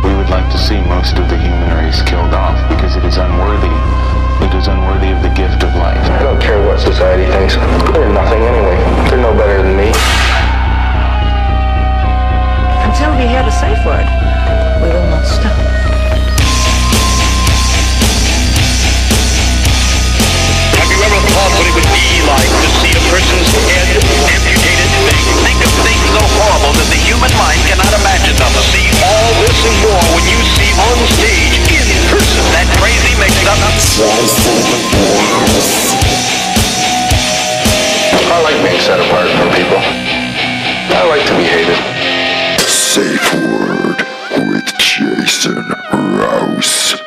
We would like to see most of the human race killed off because it is unworthy. It is unworthy of the gift of life. I don't care what society thinks. They're nothing anyway. They're no better than me. Until we hear the safe word, we will not stop. Have you ever thought what it would be like to see a person's head amputated? Think, think of things so horrible that the human mind cannot imagine them. See all this and more when you see on stage, in person, that crazy mix-up. I like being set apart from people. I like to be hated. Safe Word with Jason Rouse.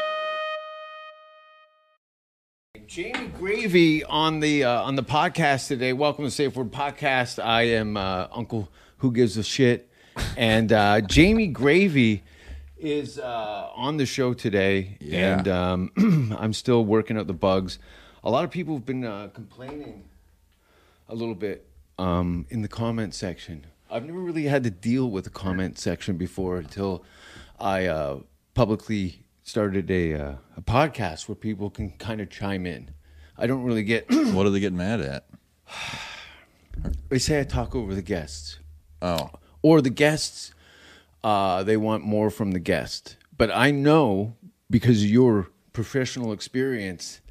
Jamie Gravy on the uh, on the podcast today. Welcome to Safe Word Podcast. I am uh, Uncle Who Gives a Shit, and uh, Jamie Gravy is uh, on the show today. Yeah. And um, I'm still working out the bugs. A lot of people have been uh, complaining a little bit um, in the comment section. I've never really had to deal with the comment section before until I uh, publicly started a, uh, a podcast where people can kind of chime in. I don't really get. What are they getting mad at? they say I talk over the guests, Oh, or the guests, uh, they want more from the guest. But I know because of your professional experience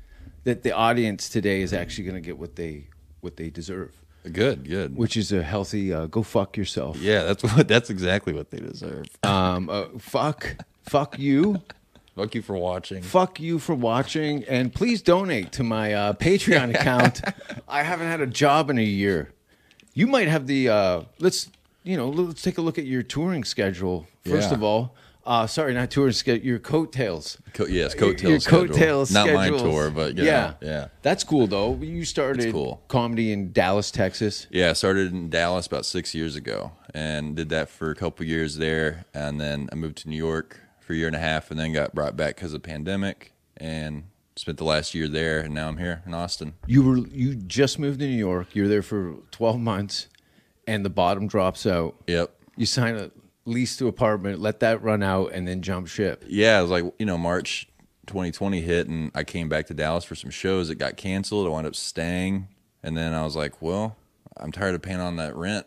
that the audience today is actually going to get what they what they deserve. good, good. which is a healthy uh, go fuck yourself. yeah, that's what. That's exactly what they deserve. Um, uh, fuck, fuck you, Fuck you for watching. fuck you for watching, and please donate to my uh, Patreon account. I haven't had a job in a year. You might have the uh, let's you know let's take a look at your touring schedule first Yeah. of all. Uh, sorry, not touring schedule. Your coattails. Uh, Co- yes, Your- coattails. Your schedule. coattails. Not schedules. my tour, but you yeah, know, yeah, That's cool though. You started cool. comedy in Dallas, Texas. yeah. I started in Dallas about six years ago, and did that for a couple years there, and then I moved to New York for a year and a half, and then got brought back because of pandemic, and spent the last year there, and now I'm here in Austin. you were you just moved to New York. You're there for 12 months, and the bottom drops out. Yep. You sign a lease to apartment, let that run out, and then jump ship. yeah, it was like you know March 2020 hit, and I came back to Dallas for some shows that got canceled. I wound up staying, and then I was like, well, I'm tired of paying on that rent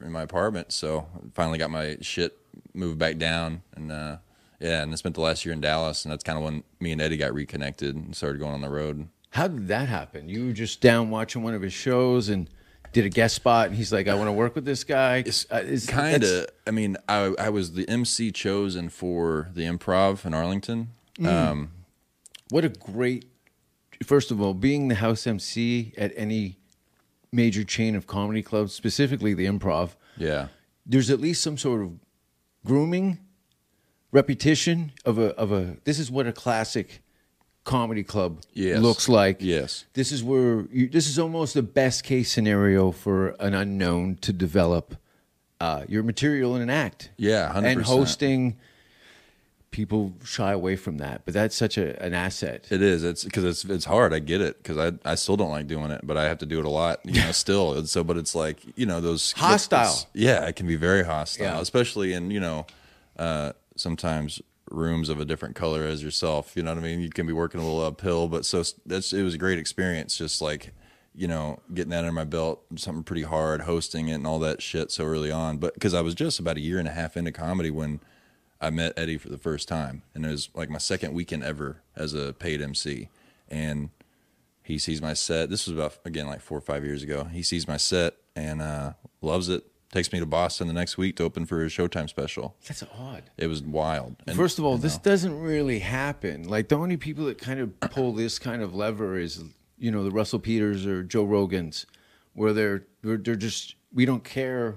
in my apartment, so I finally got my shit moved back down, and uh, yeah, and I spent the last year in Dallas, and that's kind of when me and Eddie got reconnected and started going on the road. How did that happen? You were just down watching one of his shows and did a guest spot, and he's like, "I want to work with this guy." Uh, it's- kind that's- of i mean I, I was the mc chosen for the improv in arlington um, What a great. First of all, being the house MC at any major chain of comedy clubs, specifically the Improv, yeah there's at least some sort of grooming, repetition of a of a. This is what a classic comedy club Yes. looks like. Yes. this is where you, this is almost the best case scenario for an unknown to develop uh, your material in an act. Yeah, 100%. and hosting. People shy away from that, but that's such a, an asset. It is. It's because it's it's hard. I get it because I I still don't like doing it, but I have to do it a lot. You know, still. And so, but it's like you know those Hostile. it's- Yeah, it can be very hostile, Yeah. especially in you know uh, sometimes rooms of a different color as yourself. You know what I mean? You can be working a little uphill, but so s- that's it was a great experience. Just like you know getting that in my belt, something pretty hard, hosting it and all that shit so early on. But because I was just about a year and a half into comedy when. I met Eddie for the first time, and it was like my second weekend ever as a paid MC. And he sees my set. This was about again like four or five years ago. He sees my set and uh, loves it. Takes me to Boston the next week to open for his Showtime special. That's odd. It was wild. And- First of all, this doesn't really happen. Like the only people that kind of pull this kind of lever is you know the Russell Peters or Joe Rogans, where they're they're, they're just we don't care.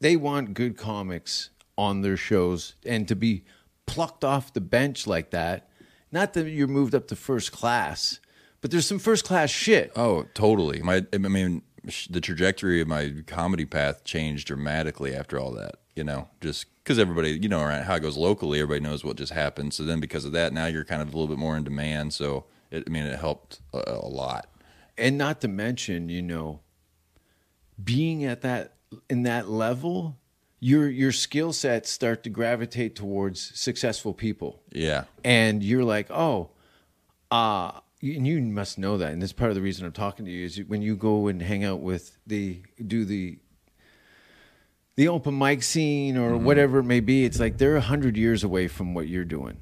They want good comics on their shows, and to be plucked off the bench like that. Not that you're moved up to first class, but there's some first class shit. Oh, totally. My, I mean, sh- the trajectory of my comedy path changed dramatically after all that. you know, just because everybody, you know, around how it goes locally, everybody knows what just happened. So then because of that, now you're kind of a little bit more in demand. So it, I mean, it helped a, a lot. and not to mention you know being at that in that level your your skill sets start to gravitate towards successful people Yeah. and you're like oh uh and you must know that and that's part of the reason i'm talking to you is when you go and hang out with the do the the open mic scene or Mm-hmm. whatever it may be it's like they're 100 years away from what you're doing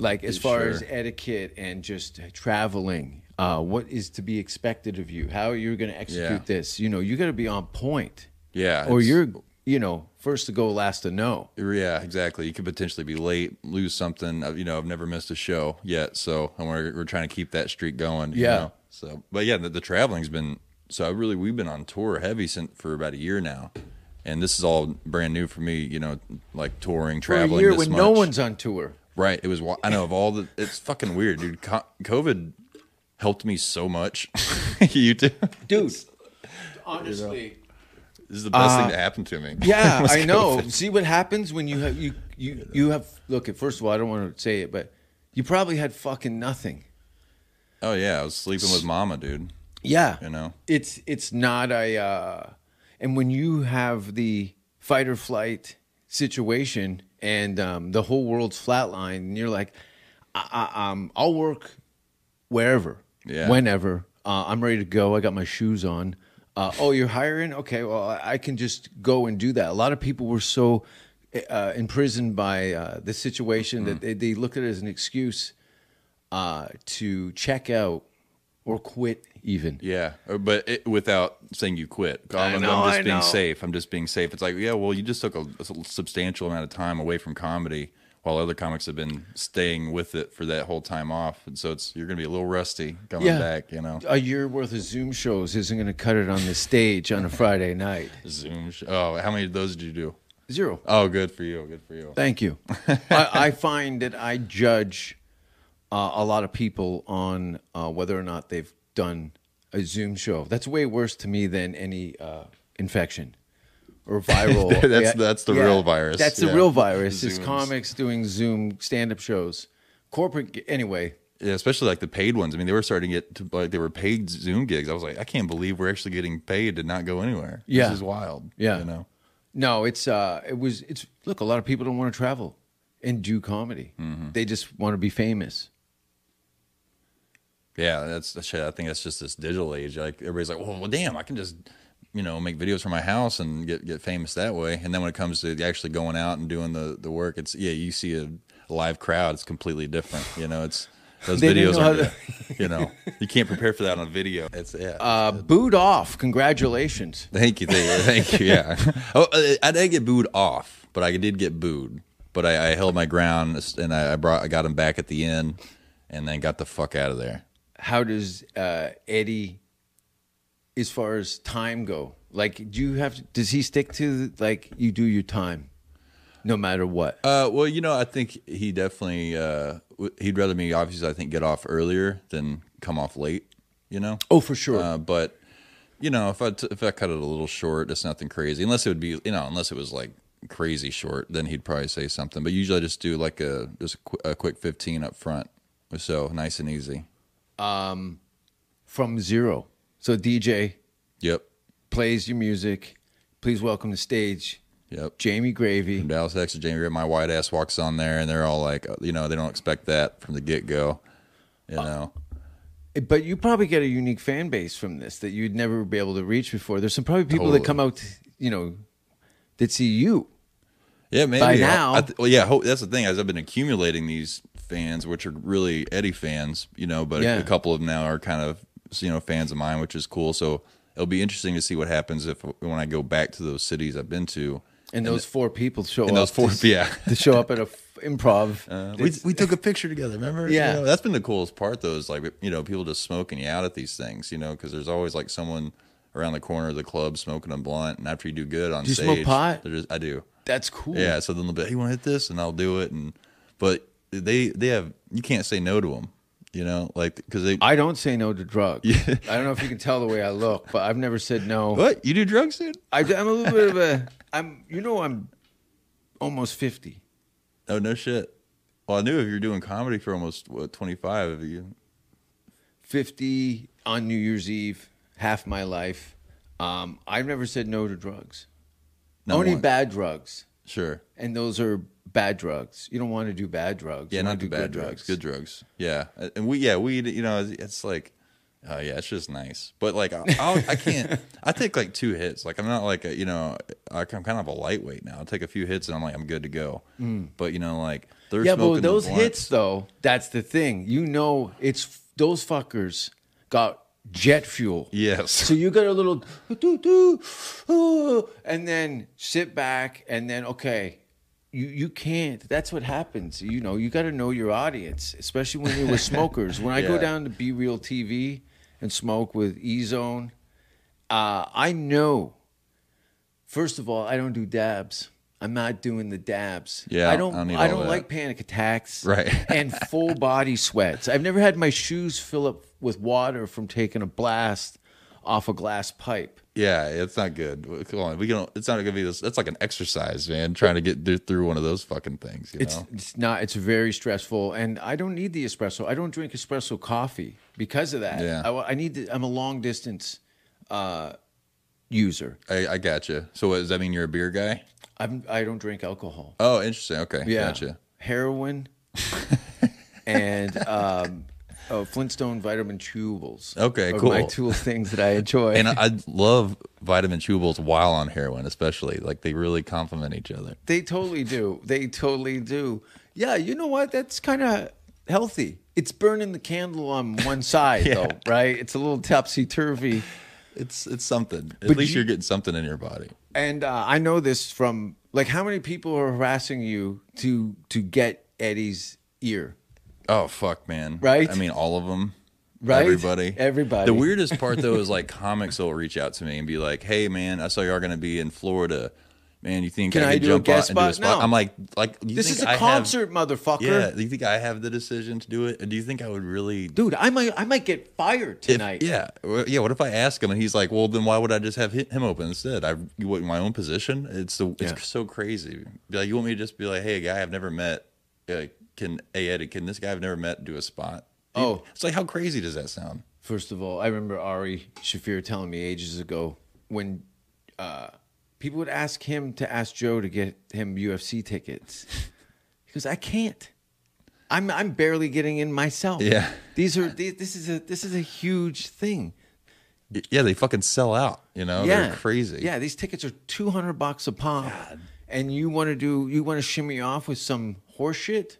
like as far as Sure. etiquette and just traveling uh, what is to be expected of you how are you going to execute Yeah. this you know you got to be on point Yeah. or it's- you're you know first to go last to know Yeah, exactly. You could potentially be late, lose something. Uh, You know, I've never missed a show yet, so and we're we're trying to keep that streak going. you Yeah. know? So, but yeah, the, the traveling's been so. I really we've been on tour heavy since for about a year now, and this is all brand new for me. You know, like touring, for a traveling. year this when no much. one's on tour Right. It was. wa- I know of all the. It's fucking weird, dude. Co- COVID helped me so much. you too. dude honestly This is the best thing that happened to me. Uh, Yeah, Was I know. COVID. See what happens when you have you you you have look. First of all, I don't want to say it, but you probably had fucking nothing. Oh yeah, I was sleeping with mama, dude. Yeah, You know. it's it's not a. Uh, and when you have the fight or flight situation and um, the whole world's flatline, and you're like, I, I, um, I'll work wherever, Yeah. whenever. Uh, I'm ready to go. I got my shoes on. Uh, oh, you're hiring? Okay, well, I- I can just go and do that. A lot of people were so uh, imprisoned by uh, the situation Mm-hmm. that they, they look at it as an excuse uh, to check out or quit, even. Yeah, uh, but it, without saying you quit, I I'm, I'm know, just I being know. safe. I'm just being safe. It's like, yeah, well, you just took a, a substantial amount of time away from comedy, while other comics have been staying with it for that whole time off, and so it's you're gonna be a little rusty coming Yeah. back. You know, A year worth of Zoom shows isn't going to cut it on the stage on a Friday night. Zoom. Sh- oh, how many of those did you do? Zero. Oh, good for you. Good for you. Thank you. I, I find that I judge uh, a lot of people on uh, whether or not they've done a Zoom show. That's way worse to me than any uh, infection or viral. That's- that's the real virus. That's the Yeah. real virus. It's Zooms. comics doing Zoom stand-up shows, corporate. Anyway, Yeah, especially like the paid ones. I mean, they were starting to get to, like they were paid Zoom gigs. I was like, I can't believe we're actually getting paid to not go anywhere. Yeah. this is wild. Yeah. you know. No, it's uh, it was it's look. A lot of people don't want to travel and do comedy. Mm-hmm. They just want to be famous. Yeah, that's the shit. I think that's just this digital age. Like everybody's like, well, well, damn, I can just you know make videos from my house and get get famous that way. And then when it comes to actually going out and doing the the work, it's yeah, you see a, a live crowd. It's completely different. You know, it's those They didn't videos know are how you know you can't prepare for that on video. It's yeah. Uh, boot off! Congratulations. Thank you, thank you, thank you. Yeah. Oh, I- I didn't get booed off, but I did get booed. But I, I held my ground and I, I brought I got him back at the end, and then got the fuck out of there. How does uh, Eddie, as far as time go? Like, do you have? To, does he stick to like you do your time, no matter what? Uh, well, you know, I think he definitely uh, w- he'd rather me obviously I think get off earlier than come off late. You know. oh, for sure. Uh, but you know, if I t- if I cut it a little short, it's nothing crazy. Unless it would be you know, unless it was like crazy short, then he'd probably say something. But usually I just do like a just a, qu- a quick fifteen up front, so nice and easy. From zero. So DJ Yep, plays your music. Please welcome to stage yep. Jamie Gravy. From Dallas, Texas, Jamie, Ritt, my white ass walks on there, and they're all like, uh, you know, they don't expect that from the get go. You know, But you probably get a unique fan base from this that you'd never be able to reach before. There's some probably people Totally. that come out, you know, that see you. Yeah, maybe. By I- now- I th- well, yeah, ho- that's the thing. As I've been accumulating these fans, which are really Eddie fans, you know, but Yeah. a couple of them now are kind of you know fans of mine, which is cool. So it'll be interesting to see what happens if when I go back to those cities I've been to. And those four people show And up. those four, to, yeah. Uh, to show up at a f- improv. we, we took a picture together, remember? Yeah. You know, that's been the coolest part, though, is like, you know, people just smoking you out at these things, you know, because there's always like someone around the corner of the club smoking a blunt. And after you do good on you stage, smoke pot? they're Just, I do. That's cool. Yeah, so then they'll be, hey, you want to hit this, and I'll do it. And but they they have you can't say no to them, you know, like because they I don't say no to drugs. I don't know if you can tell the way I look, but I've never said no. what you do drugs, dude? I, am a little bit of a. I'm. You know, I'm almost 50. Oh no shit. Well, I knew if you were doing comedy for almost what, 25 of you. 50 on New Year's Eve, half my life. Um, I've never said no to drugs. Not Only one. bad drugs. Sure. And those are bad drugs. You don't want to do bad drugs. Yeah, You wanna not do good bad drugs. Good drugs. Yeah, and we yeah we you know it's- it's like, oh yeah, it's just nice. But like I I'll, I can't. I take like two hits. Like I'm not like a you know I- I'm kind of a lightweight now. I take a few hits and I'm like I'm good to go. But you know like they're Mm. Yeah, smoking but the those blunts. hits though, that's the thing. You know, it's those fuckers got jet fuel. Yes. So you get a little doo doo, oh, and then sit back, and then okay, you you can't. That's what happens. You know, you got to know your audience, especially when you're with smokers. When I go Yeah. down to Be Real TV and smoke with E Zone, uh, I know. First of all, I don't do dabs. I'm not doing the dabs. Yeah, I don't. I I don't need don't, all that. like panic attacks. Right. and full body sweats. I've never had my shoes fill up with water from taking a blast off a glass pipe. Yeah, it's not good. Come on, we can. It's not gonna be this. That's like an exercise, man. Trying to get through- through one of those fucking things. You It's know. it's not. It's very stressful, and I don't need the espresso. I don't drink espresso coffee because of that. Yeah. I, I need. To, I'm a long distance uh, user. I, I gotcha. So what, does that mean you're a beer guy? I'm. I don't drink alcohol. Oh, interesting. Okay, gotcha. Heroin and um, oh, Flintstone vitamin chewables. Okay, are cool. My two things that I enjoy. And uh, I, I love vitamin chewables while on heroin, especially. Like they really complement each other. they totally do. They totally do. Yeah, you know what? That's kind of healthy. It's burning the candle on one side, though, right? It's a little topsy turvy. It's it's something. At But least you- you, are getting something in your body. And uh, I know this from like how many people are harassing you to to get Eddie's ear? Oh fuck, man. Right? I mean, all of them. Right? Everybody. Everybody. The weirdest part though is like comics will reach out to me and be like, "Hey, man, I saw y'all gonna be in Florida. Man, you think Can I I could do a jump guest out and do a spot? spot?" No. I'm like, like you This think is a I have- concert, motherfucker. yeah. Do you think I have the decision to do it? Do you think I would really? Dude, I might I might get fired If- tonight. yeah, Well, yeah. What if I ask him and he's like, "Well, then why would I just have hi- him open instead? I you want my own position. It's the it's Yeah. so crazy. Be like, you want me to just be like, hey, a guy I've never met, uh, can hey Eddie, can this guy I've never met do a spot? Oh. it's like how crazy does that sound? First of all, I remember Ari Shafir telling me ages ago when uh, people would ask him to ask Joe to get him UFC tickets. He goes, "I can't. I'm I'm barely getting in myself. Yeah. these are these, this is a this is a huge thing. Y- Yeah, they fucking sell out. You know, yeah, Oh, they're crazy. Yeah, these tickets are two hundred bucks a pop, and you want to do you want to shimmy off with some horseshit.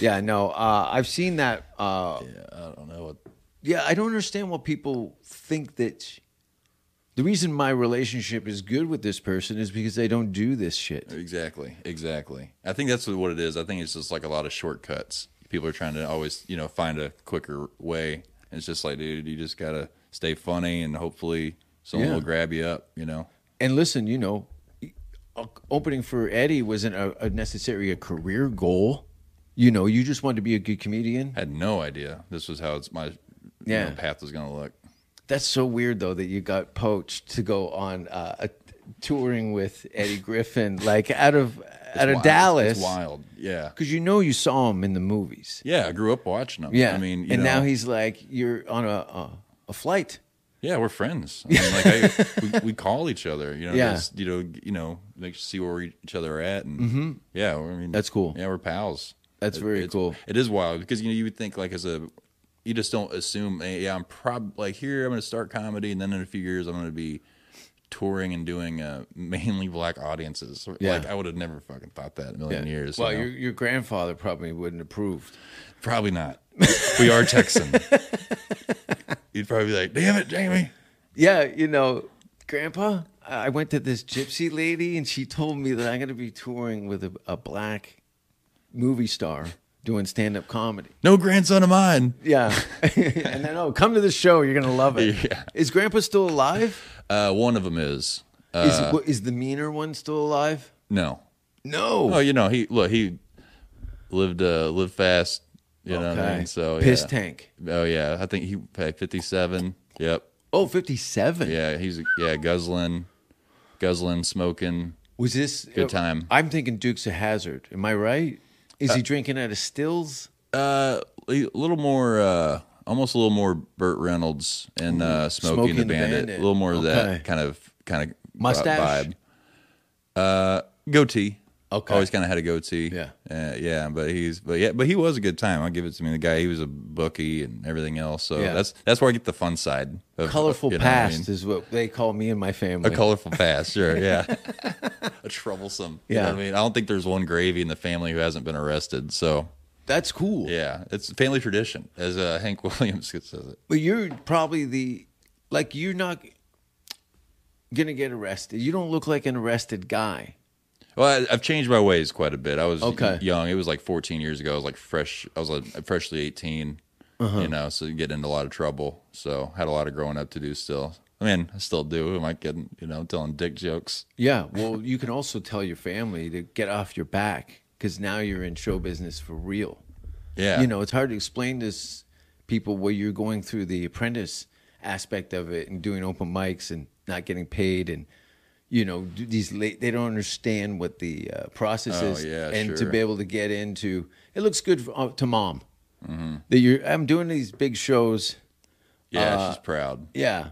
yeah, no, uh, I've seen that. Uh, Yeah, I don't know what. yeah, I don't understand why people think that the reason my relationship is good with this person is because they don't do this shit. Exactly, exactly. I think that's what it is. I think it's just like a lot of shortcuts. People are trying to always, you know, find a quicker way. And it's just like, dude, you just gotta stay funny, and hopefully someone Yeah. will grab you up. You know, And listen, you know, opening for Eddie wasn't a, a necessary a career goal. You know, you just wanted to be a good comedian. had no idea this was how it's my you Yeah. know, path was gonna look. That's so weird though that you got poached to go on uh, a, touring with Eddie Griffin, like out of out of Wild. Dallas, it's wild. Yeah, because you know you saw him in the movies. yeah. I grew up watching them. Yeah, I mean, you and now know, he's like you're on a a, a flight. Yeah, we're friends. I mean, like I, we, we call each other. You know, Yeah. just, you know, you know, like see where we, each other are at, and yeah, I mean, Mm-hmm. That's cool. Yeah, we're pals. That's very it's- cool. It is wild because you know you would think like as a, you just don't assume. "Hey, yeah, I'm probably like here. I'm going to start comedy, and then in a few years I'm going to be touring and doing uh, mainly black audiences. Yeah. Like I would have never fucking thought that in a million years. Well, you know? your your grandfather probably wouldn't approve. probably not. we are Texan. You'd probably be like, damn it, Jamie. Yeah, you know, Grandpa, I I went to this gypsy lady and she told me that I'm going to be touring with a, a black movie star doing stand up comedy. No grandson of mine. Yeah. and then, oh, come to the show. You're going to love it. Is Yeah. Grandpa still alive? Uh, one of them is Is, Uh, wh- is the meaner one still alive? no. No. Oh, you know he look he lived uh lived fast. You know what I Okay. mean? So Piss yeah. tank. Oh yeah, I think he paid fifty seven. Yep. Oh, 57. Yeah, he's yeah guzzling, guzzling, smoking. Was this Good time. I'm thinking Duke's a Hazard. Am I right? Is he drinking out of stills? Uh, a little more, uh, almost a little more Burt Reynolds and Mm. uh, Smokey, and the Bandit. A little more of Okay. that kind of kind of uh, Mustache? vibe. Uh, goatee. Okay. Always kind of had a goatee. Yeah. Uh, yeah, but he's but yeah, but he was a good time. I'll give it to me. The guy, he was a bookie and everything else. So Yeah. that's that's where I get the fun side. Of, Colorful you know what I past mean? is what they call me and my family. A colorful past, sure, yeah. a troublesome. You know Yeah. what I mean, I don't think there's one gravy in the family who hasn't been arrested. So That's cool. yeah, it's family tradition, as uh, Hank Williams says it. But you're probably the like you're not gonna get arrested. You don't look like an arrested guy. Well, I, I've changed my ways quite a bit. I was Okay. young. It was like 14 years ago. I was like fresh. I was like freshly 18. Uh-huh. You know, so you get into a lot of trouble. So had a lot of growing up to do still. I mean, I still do. Am I kidding? You know, telling dick jokes. Yeah. Well, you can also tell your family to get off your back because now you're in show business for real. Yeah. You know, it's hard to explain to s- people where you're going through the apprentice aspect of it and doing open mics and not getting paid and you know do these late they don't understand what the uh, process Oh, is yeah, and to sure. be able to get into it looks good for, uh, to mom Mm-hmm. that you're I'm doing these big shows Yeah, uh, she's proud. yeah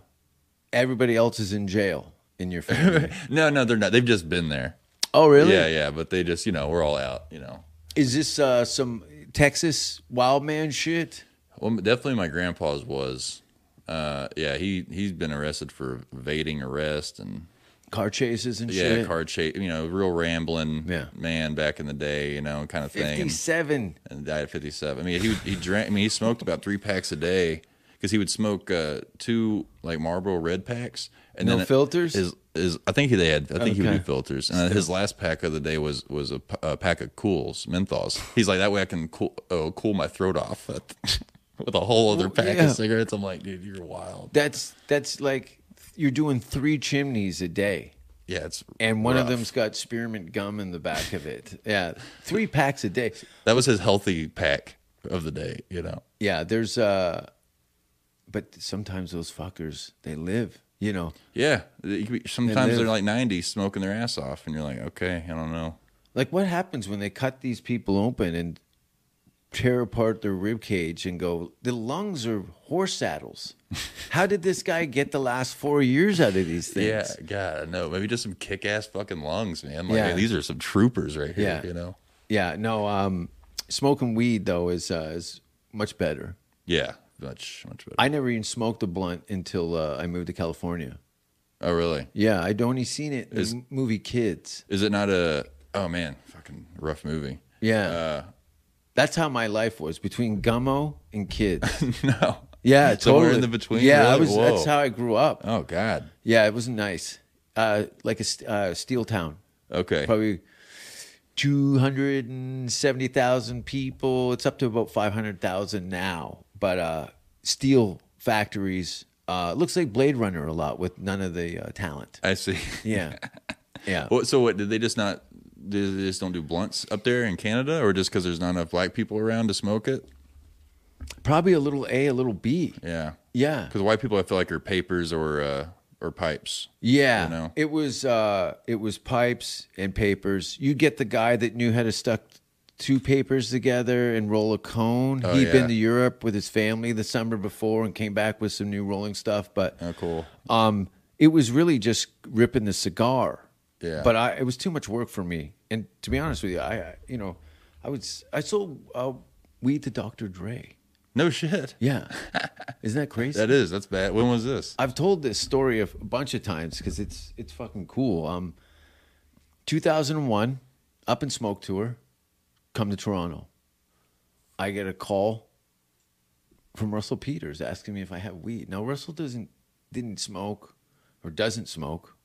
everybody else is in jail in your family No, no, they're not. They've just been there. oh really Yeah, yeah. But they just, you know, we're all out, you know. Is this uh, some Texas wild man shit? Well, definitely my grandpa's was. Uh, yeah, he he's been arrested for evading arrest and Car chases and yeah, shit. car chase. You know, real rambling Yeah. man back in the day. You know, kind of thing. And- Fifty-seven. and died at 57. I mean, he would- he drank. I mean, he smoked about three packs a day because he would smoke uh, two like Marlboro Red packs and No then filters? His, his, I think he they had. I think he would Okay. do filters. And his last pack of the day was was a, p- a pack of Cools menthols. He's like that way I can cool oh, cool my throat off with, with a whole other pack yeah. of cigarettes. I'm like, dude, you're wild. That's that's like you're doing three chimneys a day, Yeah, it's and one of rough. them's got spearmint gum in the back of it. Yeah, three packs a day. that was his healthy pack of the day. You know. Yeah, there's uh, but sometimes those fuckers they live. You know, Yeah, it could be- sometimes live. they're like 90 smoking their ass off, and you're like, okay, I don't know. like what happens when they cut these people open and tear apart their rib cage and go the lungs are horse saddles how did this guy get the last four years out of these things Yeah, God, I know. Maybe just some kick ass fucking lungs, man. Like Yeah. hey, these are some troopers right here, Yeah. you know? yeah, no um smoking weed though is uh, is much better Yeah. Much much better. i never even smoked a blunt until uh, i moved to california oh really? yeah i'd only seen it in the movie kids Is it not a oh man, fucking rough movie. yeah Uh that's how my life was between gummo and kids no. yeah Somewhere totally in the between. yeah I really? was, Whoa. that's how i grew up Oh God. Yeah, it wasn't nice. Uh, like a st- uh, steel town, Okay. probably two hundred and seventy thousand people. It's up to about five hundred thousand now, but uh, steel factories. Uh, it looks like Blade Runner a lot with none of the uh, talent. I see. Yeah, yeah. What, so what did they just not did they just don't do blunts up there in Canada or just because there's not enough black people around to smoke it? Probably a little A, a little B. Yeah. Yeah, Because white people I feel like are papers or uh or pipes. yeah. you know. It was uh, it was pipes and papers. You get the guy that knew how to stuck two papers together and roll a cone. Oh, He'd been yeah. to Europe with his family the summer before and came back with some new rolling stuff. But Oh cool. um, it was really just ripping the cigar. Yeah. But I, it was too much work for me. And to be honest with you, I, I you know, I would s- I sold uh, weed to Dr. Dre. No shit. Yeah, isn't that crazy? That is, that's bad. When was this? I've told this story a bunch of times because it's it's fucking cool. Um, 2001, up in smoke tour, come to Toronto. I get a call from Russell Peters asking me if I have weed. Now Russell doesn't didn't smoke or doesn't smoke,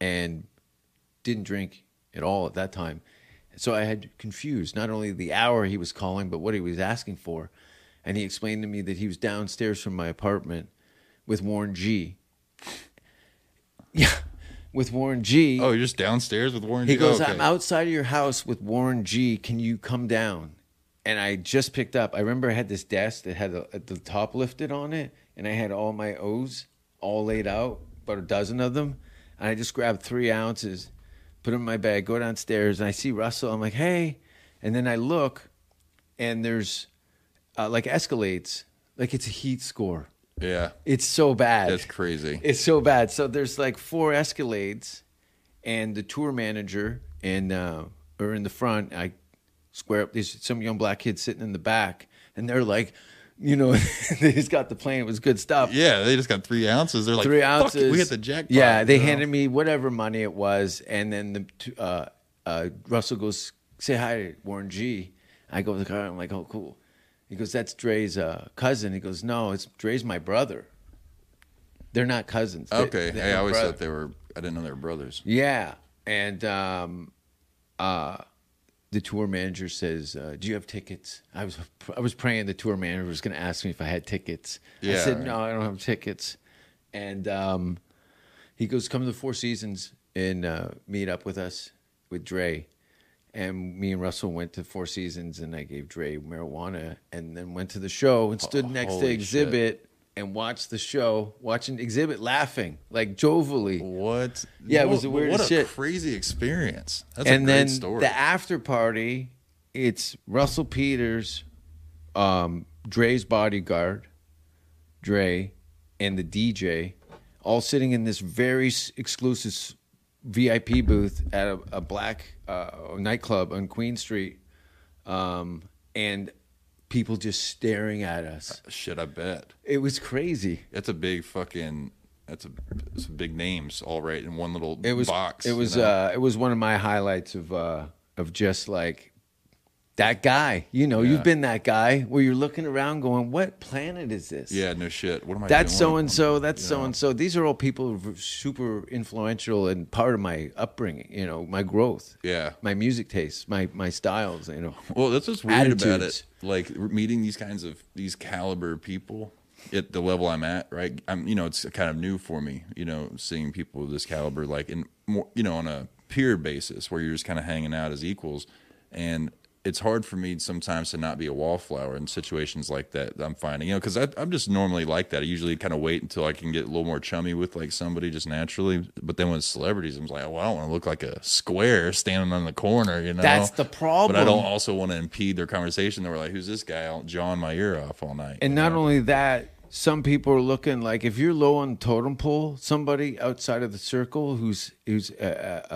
and didn't drink at all at that time. So I had confused not only the hour he was calling, but what he was asking for. And he explained to me that he was downstairs from my apartment with Warren G. Yeah, with Warren G. Oh, you're just downstairs with Warren. He G? goes, Oh, okay. I'm outside of your house with Warren G. Can you come down? And I just picked up. I remember I had this desk that had the, the top lifted on it, and I had all my O's all laid out, about a dozen of them. And I just grabbed three ounces, put it in my bag, go downstairs, and I see Russell. I'm like, hey. And then I look, and there's uh, like Escalades, like it's a heat score. Yeah. It's so bad. That's crazy. It's so bad. So there's like four Escalades, and the tour manager and uh, are in the front. I square up. There's some young black kid sitting in the back, and they're like, you know, they just got the plane. It was good stuff. Yeah, they just got three ounces. They're like Three "Fuck it, ounces. we hit the jackpot. Yeah, they you know? handed me whatever money it was, and then the t- uh, uh, Russell goes, "Say hi, to Warren G." I go to the car. I'm like, "Oh, cool." He goes, "That's Dre's uh, cousin." He goes, "No, it's Dre's my brother." They're not cousins. They- Okay. they're Hey, I always brother- thought they were. I didn't know they were brothers. yeah, and um, uh, the tour manager says, uh, "Do you have tickets?" I was I was praying the tour manager was going to ask me if I had tickets. I Yeah, said, right. "No, I don't have tickets." And um, he goes, "Come to the Four Seasons and uh, meet up with us with Dre." And me and Russell went to Four Seasons, and I gave Dre marijuana, and then went to the show and stood Oh, next to holy shit. Exhibit and watched the show, watching Exhibit laughing like jovially. What? Yeah, it was What- the weirdest what a shit. Crazy experience. That's a and great then story. the after party, it's Russell Peters, um, Dre's bodyguard, Dre, and the DJ, all sitting in this very s- exclusive s- VIP booth at a, a black uh, nightclub on Queen Street, um, and people just staring at us. shit, I bet It was crazy. that's a big fucking. That's a that's some big names all right in one little It was box. It you was know? uh, it was one of my highlights of uh, of just like that guy. You know, you've been that guy where you're looking around, going, "What planet is this?" yeah, no shit. What am I? That's doing? so and so. That's You so know? and so. These are all people who are super influential and part of my upbringing. You know, my growth. Yeah. my music tastes, my my styles. You know, Well, that's what's weird about Attitudes. it. Like meeting these kinds of these caliber people at the level I'm at, right? I'm, you know, it's kind of new for me. You know, seeing people of this caliber, like in more, you know, on a peer basis, where you're just kind of hanging out as equals, and it's hard for me sometimes to not be a wallflower in situations like that. that I'm finding, you know, because I'm just normally like that. I usually kind of wait until I can get a little more chummy with like somebody just naturally. But then with celebrities, I'm like, well, I don't want to look like a square standing on the corner, you know. That's the But I problem. don't also want to impede their conversation. They were like, "Who's this guy? I'll jawing my ear off all night." And you not know? only that, some people are looking like if you're low on totem pole, somebody outside of the circle who's who's uh, uh,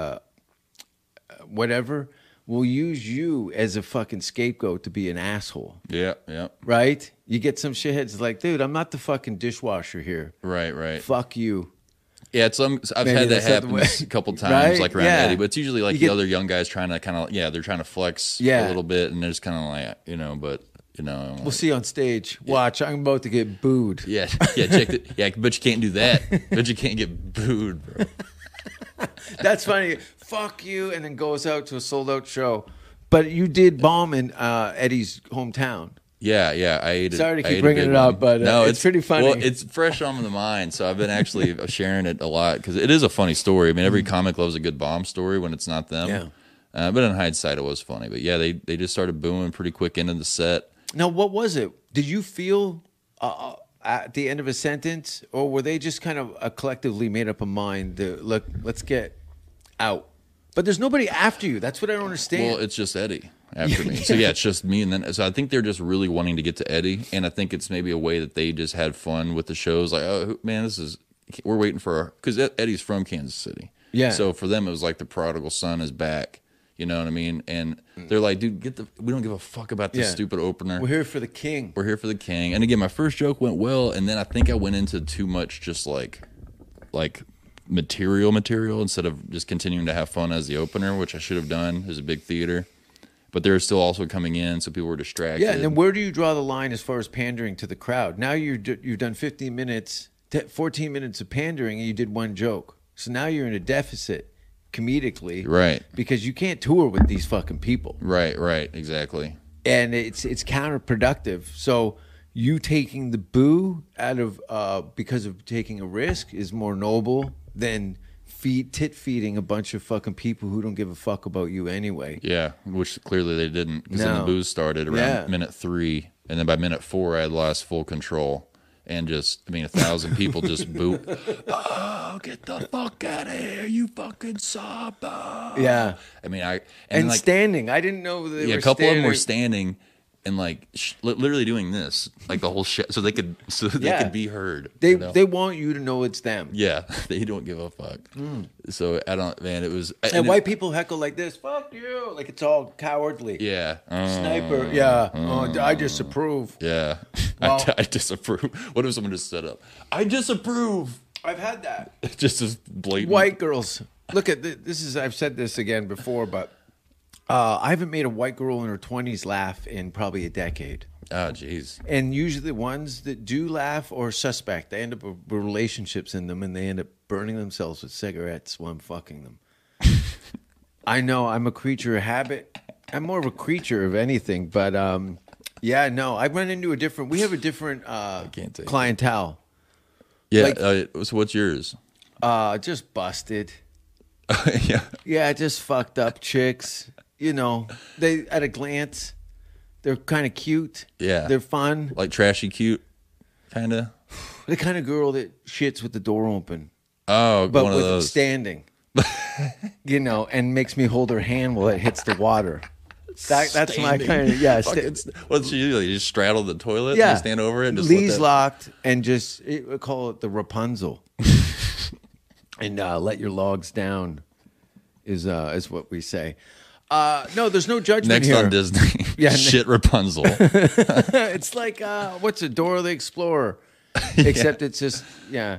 uh, whatever will use you as a fucking scapegoat to be an asshole, yeah, yeah, right? You get some shitheads like, dude, I'm not the fucking dishwasher here. right, right. Fuck you. Yeah, it's some. I've Maybe had that that's not the happen way- a couple times, Right? like around Yeah. Eddie. But it's usually like You the get- other young guys trying to kind of, yeah, they're trying to flex Yeah. a little bit, and they're just kind of like, you know, but you know, I'm We'll like, see you on stage. Watch, I'm about to get booed. yeah, yeah, check the, yeah, but you can't do that. but you can't get booed, bro. That's funny. Fuck you, and then goes out to a sold out show. But you did bomb in uh, Eddie's hometown. Yeah, yeah, I ate it. Sorry to I keep ate a bringing big it up, one. but, uh, it's pretty funny. Well, it's fresh on the mind, so I've been actually sharing it a lot because it is a funny story. I mean, every comic loves a good bomb story when it's not them. Mm. Yeah. Uh, but in hindsight, it was funny. But yeah, they they just started booing pretty quick into the set. Now, what was it? Did you feel uh, at the end of a sentence, or were they just kind of uh, collectively made up a mind to look, let's get out? But there's nobody after you. That's what I don't understand. Well, it's just Eddie after me. So yeah, it's just me, and then so I think they're just really wanting to get to Eddie, and I think it's maybe a way that they just had fun with the shows. Like, oh who- man, this is we're waiting for because Eddie's from Kansas City. Yeah. So for them, it was like the prodigal son is back. You know what I mean? And they're like, dude, get the. We don't give a fuck about this Mm. Yeah. stupid opener. we're here for the king. We're here for the king. And again, my first joke went well, and then I think I went into too much just like like material material instead of just continuing to have fun as the opener, which I should have done. It was a big theater. But they were still also coming in, so people were distracted. Yeah, and then where do you draw the line as far as pandering to the crowd? Now you're d- you've done 15 minutes, t- 14 minutes of pandering, and you did one joke. So now you're in a deficit comedically, Right. Because you can't tour with these fucking people. Right, right, exactly. and it's it's counterproductive. So you taking the boo out of uh, because of taking a risk is more noble than feed tit feeding a bunch of fucking people who don't give a fuck about you anyway. Yeah, which clearly they didn't because then No. the booze started around Yeah. minute three, and then by minute four, I had lost full control. and just I mean a thousand people just boot. Oh, get the fuck out of here, you fucking sob. I Yeah. mean, I and, And, like standing. I didn't know they yeah, were a couple of them were standing. standing and like sh- li- literally doing this, like the whole shit, so they could so they Yeah. could be heard. They you know? they want you to know it's them. yeah, they don't give a fuck. So I don't, man. It was Mm. And, white people heckle like this, "Fuck you!" Like it's all cowardly. Yeah, uh, Sniper. yeah. oh, I disapprove. yeah. I, Well- I disapprove. What if someone just stood up? I disapprove. I've had that. Just as blatant. White girls. Look at th- this is I've said this again before, but uh, I haven't made a white girl in her twenties laugh in probably a decade. Oh, jeez. And usually the ones that do laugh are suspect. They end up with relationships in them and they end up burning themselves with cigarettes while I'm fucking them. I know I'm a creature of habit. I'm more of a creature of anything, but um, yeah, no, I run into a different. We have a different uh, can't take it. clientele. Yeah. Like- uh, so what's yours? Uh, just busted. yeah. Yeah, just fucked up chicks. You know, they at a glance, they're kind of cute. Yeah. they're fun. Like trashy cute, kind of. The kind of girl that shits with the door open, Oh, but one of with those. standing. you know, and makes me hold her hand while it hits the water. That, that's my Standing. kind of yeah. sta- Fucking st- what's she do? Like, you just straddle the toilet yeah, and stand over it and just let Lee's that- locked and just it, we call it the Rapunzel. and uh, let your logs down is uh, is what we say. Uh, no, there's no judgment Next here. on Disney. Yeah, ne- Shit Rapunzel. It's like uh, what's it, Dora the Explorer? Except it's just yeah.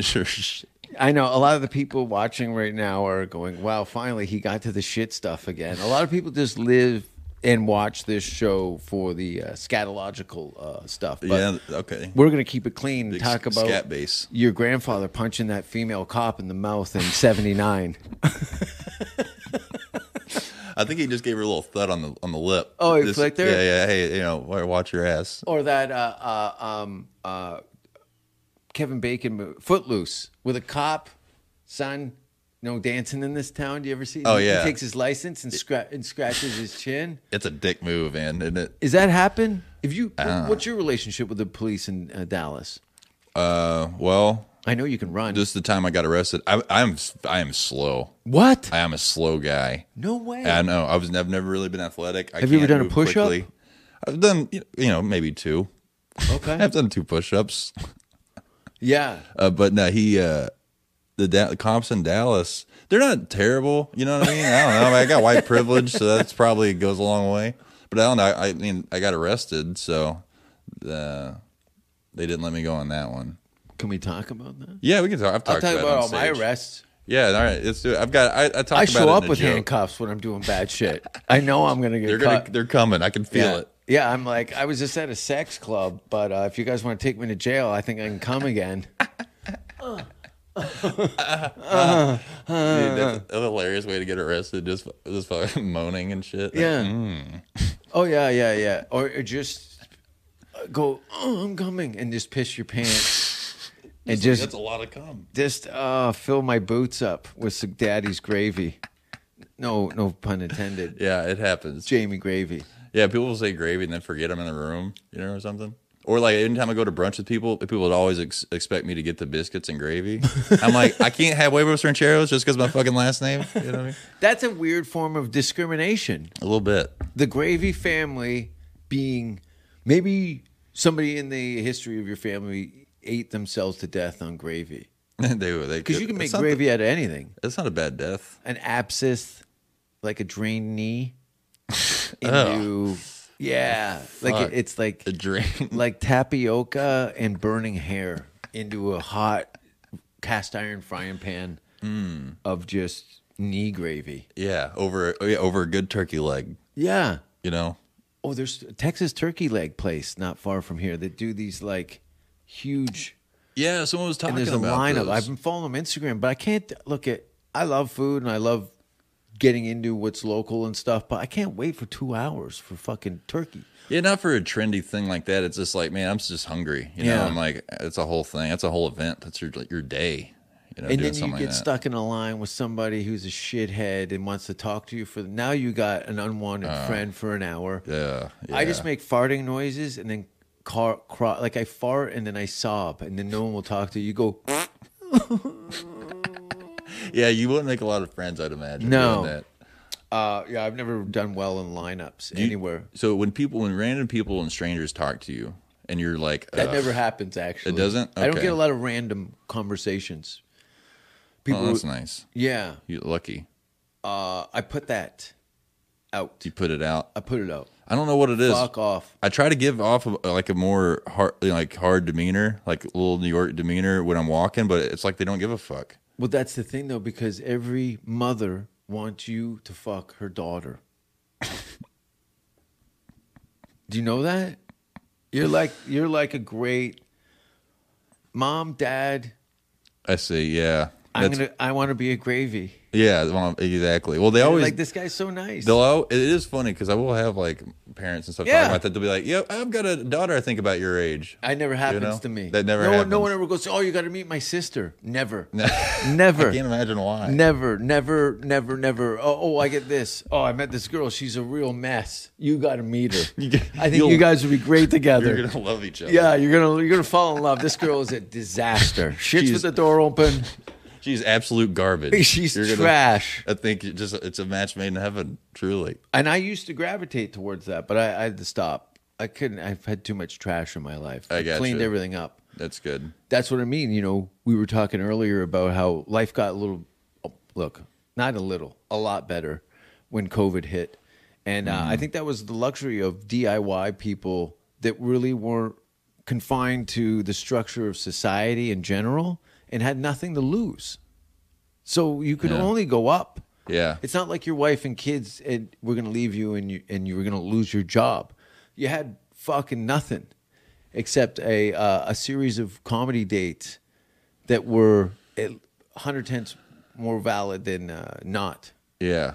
Sure, sh- I know a lot of the people watching right now are going, "Wow, finally he got to the shit stuff again." A lot of people just live and watch this show for the uh, scatological uh, stuff. But yeah. Okay. we're gonna keep it clean and Big talk s- about scat base. your grandfather punching that female cop in the mouth in '79. I think he just gave her a little thud on the on the lip. Oh, he Just- flicked her? Yeah, yeah. Hey, you know, wa- watch your ass. or that uh, uh, um, uh, Kevin Bacon mo- Footloose with a cop son. No dancing in this town. Do you ever see? Oh, He- he yeah. takes his license and, scra- and scratches his chin. It's a dick move, man, isn't it? Is that happen? If you, what's your relationship with the police in uh, Dallas? Uh, well, I know you can run. just the time I got arrested, I, I'm I am slow. what? I am a slow guy. no way. I know. I was I've never really been athletic. I Have you ever can't done a move push-up? quickly. I've done you you know maybe two. okay. I've done two push-ups. yeah. Uh, but no, he uh, the, da- the cops in Dallas, they're not terrible. You know what I mean? I don't know. I, mean, I got white privilege, so that's probably goes a long way. But I don't know. I, I mean, I got arrested, so uh, they didn't let me go on that one. Can we talk about that? Yeah, we can talk. I've I'll talked talk it about on all my stage. arrests. Yeah, all right, let's do it. I've got. I, I talked I about show it up in a with joke. handcuffs when I'm doing bad shit. I know I'm gonna get They're caught. gonna. They're coming. I can feel yeah. it. Yeah, I'm like, I was just at a sex club, but uh, if you guys want to take me to jail, I think I can come again. Dude, that's Uh-huh. a hilarious way to get arrested. Just just fucking moaning and shit. Like, Yeah. Oh yeah, yeah, yeah. Or, or just uh, go. Oh, I'm coming, and just piss your pants, and just that's a lot of cum. just uh, fill my boots up with some daddy's gravy. No, no pun intended. Yeah, it happens. Jamie gravy. Yeah, people will say gravy and then forget I'm in the room, you know, or something. Or like anytime I go to brunch with people, people would always ex- expect me to get the biscuits and gravy. I'm like, I can't have huevos rancheros just because my fucking last name. You know what I mean? That's a weird form of discrimination. A little bit. The gravy family being maybe somebody in the history of your family ate themselves to death on gravy they they because you could- can make it's not- gravy out of anything. It's not a bad death. An abscess, like a drained knee, Ugh. into yeah, like Oh. Fuck. it, it's like A drain. like tapioca and burning hair into a hot cast iron frying pan Hmm. of just knee gravy. yeah, over oh yeah, over a good turkey leg. Yeah. You know, Oh, there's a Texas turkey leg place not far from here that do these like huge Yeah, someone was talking and there's a about lineup. those. I've been following them on Instagram, but I can't look at I love food and I love getting into what's local and stuff, but I can't wait for 2 hours for fucking turkey. yeah, not for a trendy thing like that. It's just like, man, I'm just hungry. You know, Yeah. I'm like, it's a whole thing. That's a whole event. That's your like, your day. You know, and doing then you something get like that. stuck in a line with somebody who's a shithead and wants to talk to you for now you got an unwanted friend for an hour Uh, Yeah, yeah. i just make farting noises and then car, cro- like I fart and then I sob and then no one will talk to you. You go, Yeah, you wouldn't make a lot of friends, I'd imagine. No. doing that. uh, yeah, I've never done well in lineups You- anywhere. So when people, when random people and strangers talk to you, and you're like, That "Ugh." never happens actually. doesn't? I don't Okay. get a lot of random conversations. People, Oh, that's who- nice. yeah. You're lucky. Uh, I put that out. You put it out. I put it out. I don't know what it is. Fuck off. I try to give off of, like a more hard, like hard demeanor, like a little New York demeanor when I'm walking, but it's like they don't give a fuck. Well, that's the thing though, because every mother wants you to fuck her daughter. Do you know that? You're like you're like a great mom, dad. I see. Yeah. I'm That's- gonna. I want to be a gravy. yeah. Well, exactly. Well, they They're always like this guy's so nice. They'll al- it is funny because I will have like parents and stuff Yeah. talking about that. They'll be like, "Yep, I've got a daughter. I think about your age." I never happens know? to me. That never No one, happens. no one ever goes. Oh, you got to meet my sister. Never. never. I can't imagine why. Never, never, never, never. Oh, oh, I get this. Oh, I met this girl. She's a real mess. You got to meet her. I think you'll- you guys would be great together. You're gonna love each other. yeah, you're gonna you're gonna fall in love. This girl is a disaster. Shits She's- with the door open. she's absolute garbage. She's You're gonna- trash. I think it just it's a match made in heaven. Truly, And I used to gravitate towards that, but I, I had to stop. I couldn't. I've had too much trash in my life. I gotcha. cleaned everything up. that's good. that's what I mean. You know, we were talking earlier about how life got a little, oh, look, not a little, a lot better when COVID hit. And uh, I think that was the luxury of DIY people that really weren't confined to the structure of society in general and had nothing to lose. So you could Yeah. only go up. Yeah. It's not like your wife and kids and we're going to leave you and you and you were going to lose your job. You had fucking nothing except a uh, a series of comedy dates that were at 100 tenths more valid than uh, not, Yeah.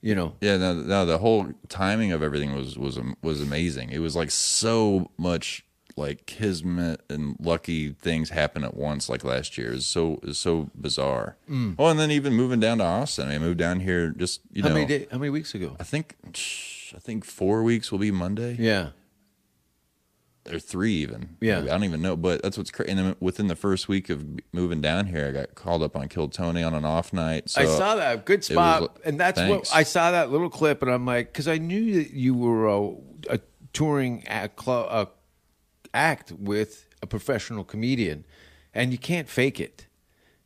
you know. Yeah, no, no, the whole timing of everything was was am- was amazing. It was like so much like kismet and lucky things happen at once. Like last year, it was so it was so bizarre. Oh, and then even moving down to Austin, I moved down here just you Mm. How know. many day, how many weeks ago? I think I think four weeks will be Monday Yeah. or three even. Yeah. Maybe. I don't even know. But that's what's crazy. And then within the first week of b- moving down here, I got called up on Kill Tony on an off night. So I saw that good it was spot, li- and that's thanks. what I saw that little clip, and I'm like, because I knew that you were a, a touring act, cl- uh, act with a professional comedian, and you can't fake it.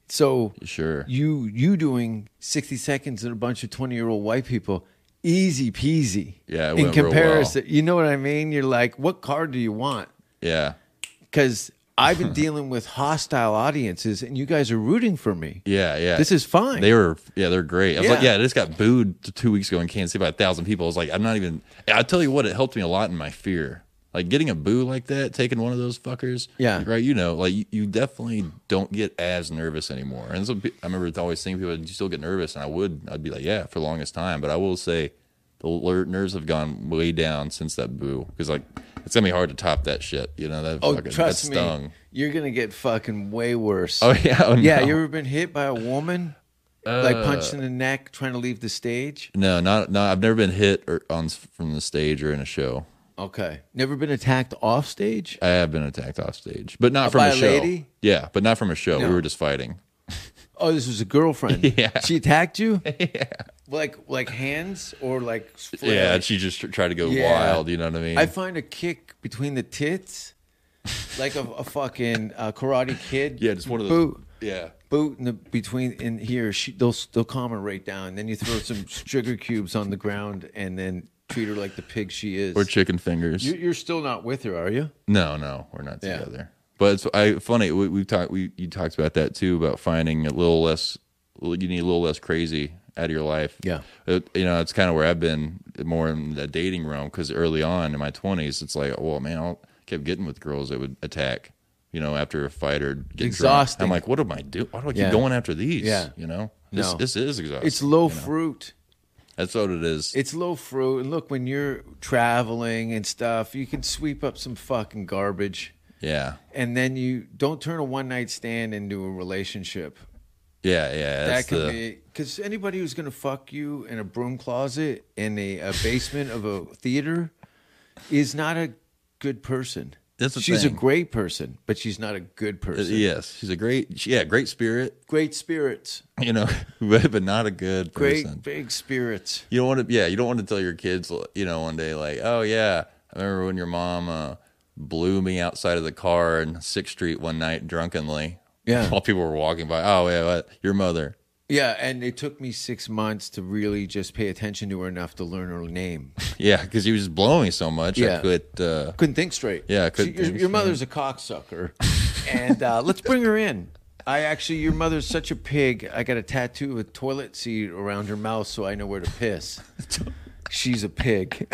So Sure. you you doing 60 seconds and a bunch of 20 year old white people, easy peasy. Yeah, it in went real well. comparison, you know what I mean. You're like, what card do you want? Yeah. Because I've been dealing with hostile audiences, and you guys are rooting for me. Yeah, yeah. This is fine. They were, yeah, they're great. I was like, Yeah. yeah, I just got booed t- two weeks ago in Kansas City by a thousand people. I was like, I'm not even. I tell you what, it helped me a lot in my fear. Like getting a boo like that, taking one of those fuckers. Yeah. right. You know, like you, you definitely don't get as nervous anymore. And so I remember always seeing people, you still get nervous, and I would, I'd be like, yeah, for the longest time. But I will say, the alert nerves have gone way down since that boo, because like it's gonna be hard to top that shit. You know that. Oh, fucking, trust that me, stung. you're gonna get fucking way worse. Oh yeah. Oh, yeah. no. You ever been hit by a woman, like Uh, punched in the neck, trying to leave the stage? No, not no. I've never been hit or on from the stage or in a show. Okay, never been attacked off stage. I have been attacked off stage, but not from Uh, By a a show. lady? Yeah, but not from a show. No. We were just fighting. Oh, this was a girlfriend. Yeah. she attacked you. Yeah, like like hands or like. flailing? Yeah, and she just tr- tried to go Yeah. wild. You know what I mean? I find a kick between the tits, like a, a fucking uh, karate kid. yeah, just one of those. boot. Yeah, boot in the between in here she they'll they'll calm her right down and then you throw some sugar cubes on the ground and then treat her like the pig she is or chicken fingers. you, you're still not with her are you no, no, we're not Yeah. together. But it's I, funny. We, we've talked. We you talked about that too about finding a little less. You need a little less crazy out of your life. Yeah. It- you know, it's kind of where I've been more in the dating realm because early on in my 20s, it's like, well, man, I kept getting with girls that would attack, you know, after a fight or get Exhausting. Drunk. I'm like, what am I doing? Why do I keep Yeah. going after these? Yeah. You know, this, No. this is exhausting. it's low you know? fruit That's what it is. it's low fruit and look when you're traveling and stuff you can sweep up some fucking garbage yeah. and then you don't turn a one night stand into a relationship Yeah. Yeah. that That's could the, be because anybody who's gonna fuck you in a broom closet in a, a basement of a theater is not a good person that's the she's thing. a great person, but she's not a good Uh, person. Yes, she's a great, yeah, great spirit, Great spirits. you know, but, but not a good Great person. big spirits. You don't want to, yeah, you don't want to tell your kids, you know, one day like, oh yeah, I remember when your mom uh, blew me outside of the car in Sixth Street one night drunkenly, Yeah. while people were walking by. Oh yeah, what? your mother. Yeah, and it took me six months to really just pay attention to her enough to learn her name. Yeah, because he was just blowing me so much, Yeah. I could. Uh, Couldn't think straight. Yeah, I She- couldn't your, think your straight. mother's a cocksucker, and uh, let's bring her in. I actually, your mother's such a pig. I got a tattoo of a toilet seat around her mouth so I know where to piss. She's a pig.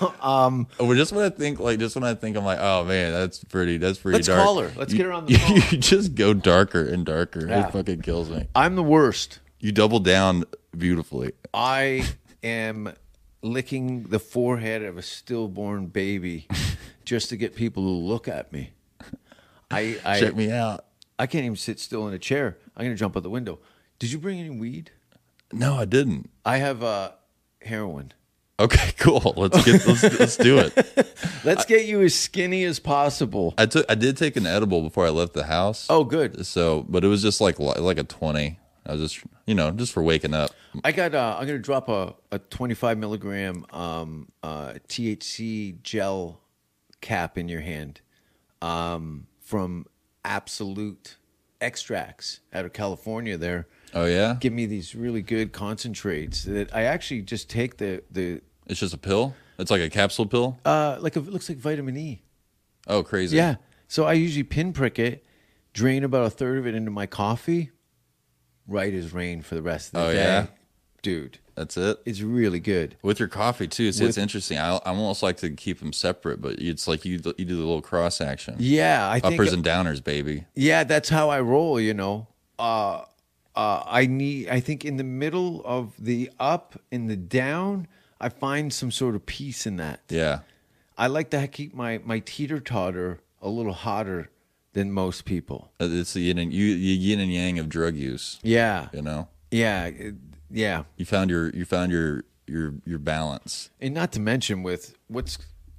well, just when I think, like, just when I think, I'm like, oh man, that's pretty. That's pretty. Let's dark. call her. Let's You- get her on the phone. You just go darker and darker. Yeah. It fucking kills me. I'm the worst. You double down beautifully. I am licking the forehead of a stillborn baby just to get people to look at me. I I, Check me out. I can't even sit still in a chair. I'm gonna jump out the window. Did you bring any weed? No, I didn't. I have uh, heroin. Okay, cool. Let's get let's, let's do it. Let's get you as skinny as possible. I took I did take an edible before I left the house. Oh, good. So, but it was just like li- like a twenty. I was just you know just for waking up. I got. Uh, I'm gonna drop a, a 25 milligram um, uh, THC gel cap in your hand um, from Absolute Extracts out of California. There, Oh yeah, give me these really good concentrates that I actually just take the the it's just a pill. It's like a capsule pill. uh, like a, it looks like vitamin E. Oh, crazy. Yeah. So I usually pinprick it, drain about a third of it into my coffee, right as rain for the rest of the Oh, day. yeah? Dude, that's it. it's really good. With your coffee too, see, With- it's interesting. I, I almost like to keep them separate, but it's like you you do the little cross action, Yeah, I think uppers and downers, baby. yeah, that's how I roll, you know. Uh uh, I need. I think in the middle of the up and the down, I find some sort of peace in that. Yeah, I like to keep my my teeter totter a little hotter than most people. it's the yin and you, you yin and yang of drug use. Yeah, You know, yeah, it- yeah. you found your you found your your your balance. And not to mention with what's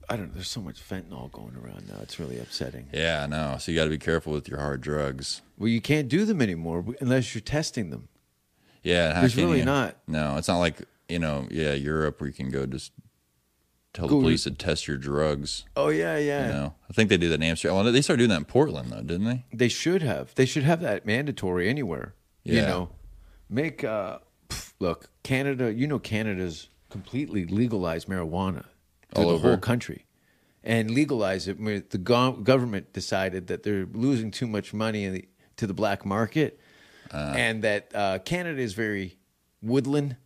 I don't know, there's so much fentanyl going around now. It's really upsetting. Yeah, I know. So you got to be careful with your hard drugs. Well, you can't do them anymore unless you're testing them. Yeah, how There's can really you- not. No, it's not like you know. Yeah, Europe where you can go just tell Go- the police to test your drugs. Oh yeah, yeah. You know, I think they do that in Amsterdam. Well, they started doing that in Portland though, didn't they? They should have. They should have that mandatory anywhere. You Yeah. know. Make uh pff, look, Canada, you know Canada's completely legalized marijuana through All the over. whole country. And legalize it where the go- government decided that they're losing too much money in the, to the black market and that uh, Canada is very woodland,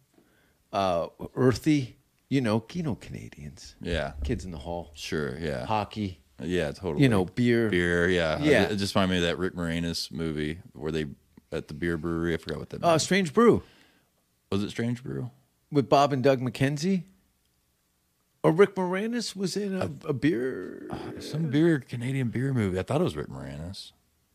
uh, earthy, you know, you know Canadians. Yeah, Kids in the hall, sure. Yeah, hockey, yeah, totally. you know, beer. beer. Yeah, Yeah. It just reminded me of that Rick Moranis movie where they at the beer brewery. I forgot what that Uh, was. Strange Brew. was. It Strange Brew. with Bob and Doug McKenzie? Or Rick Moranis was in a, a beer. Some beer Canadian beer movie. I thought it was Rick Moranis.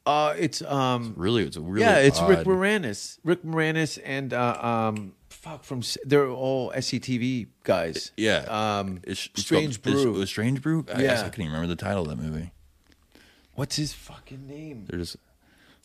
Uh, it's um, Really, it's a really yeah, it's Rick odd- Moranis. Rick Moranis and uh, um, fuck from S- they're all SCTV guys. Yeah. Um, It's- it's Strange called- it's- Brew. it was Strange Brew? I guess Yeah. I couldn't even remember the title of that movie. What's his fucking name? They're just,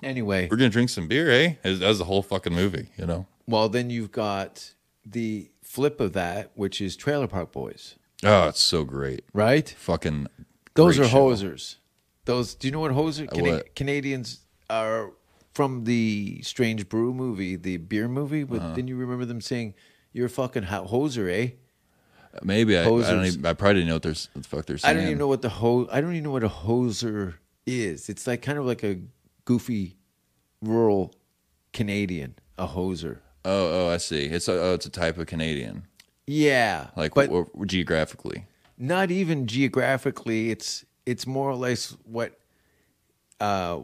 Anyway, we're going to drink some beer, eh? That was- That was the whole fucking movie, you know? well then you've got the flip of that, which is Trailer Park Boys, Oh, it's so great. right? Fucking. Those great are show. hosers. Those do you know what hoser Cana- what? Canadians are from the Strange Brew movie, the beer movie. But Uh-huh. then you remember them saying, "You're a fucking ho- hoser, eh?" Maybe I, I, don't Hosers. even, I probably didn't know what, they're, s- what the fuck they're I saying. don't even know what the ho. I don't even know what a hoser is. It's like kind of like a goofy rural Canadian, a hoser. Oh, oh, I see. It's a, oh, it's a type of Canadian, Yeah, like but w- w- geographically. not even geographically. It's it's more or less what uh,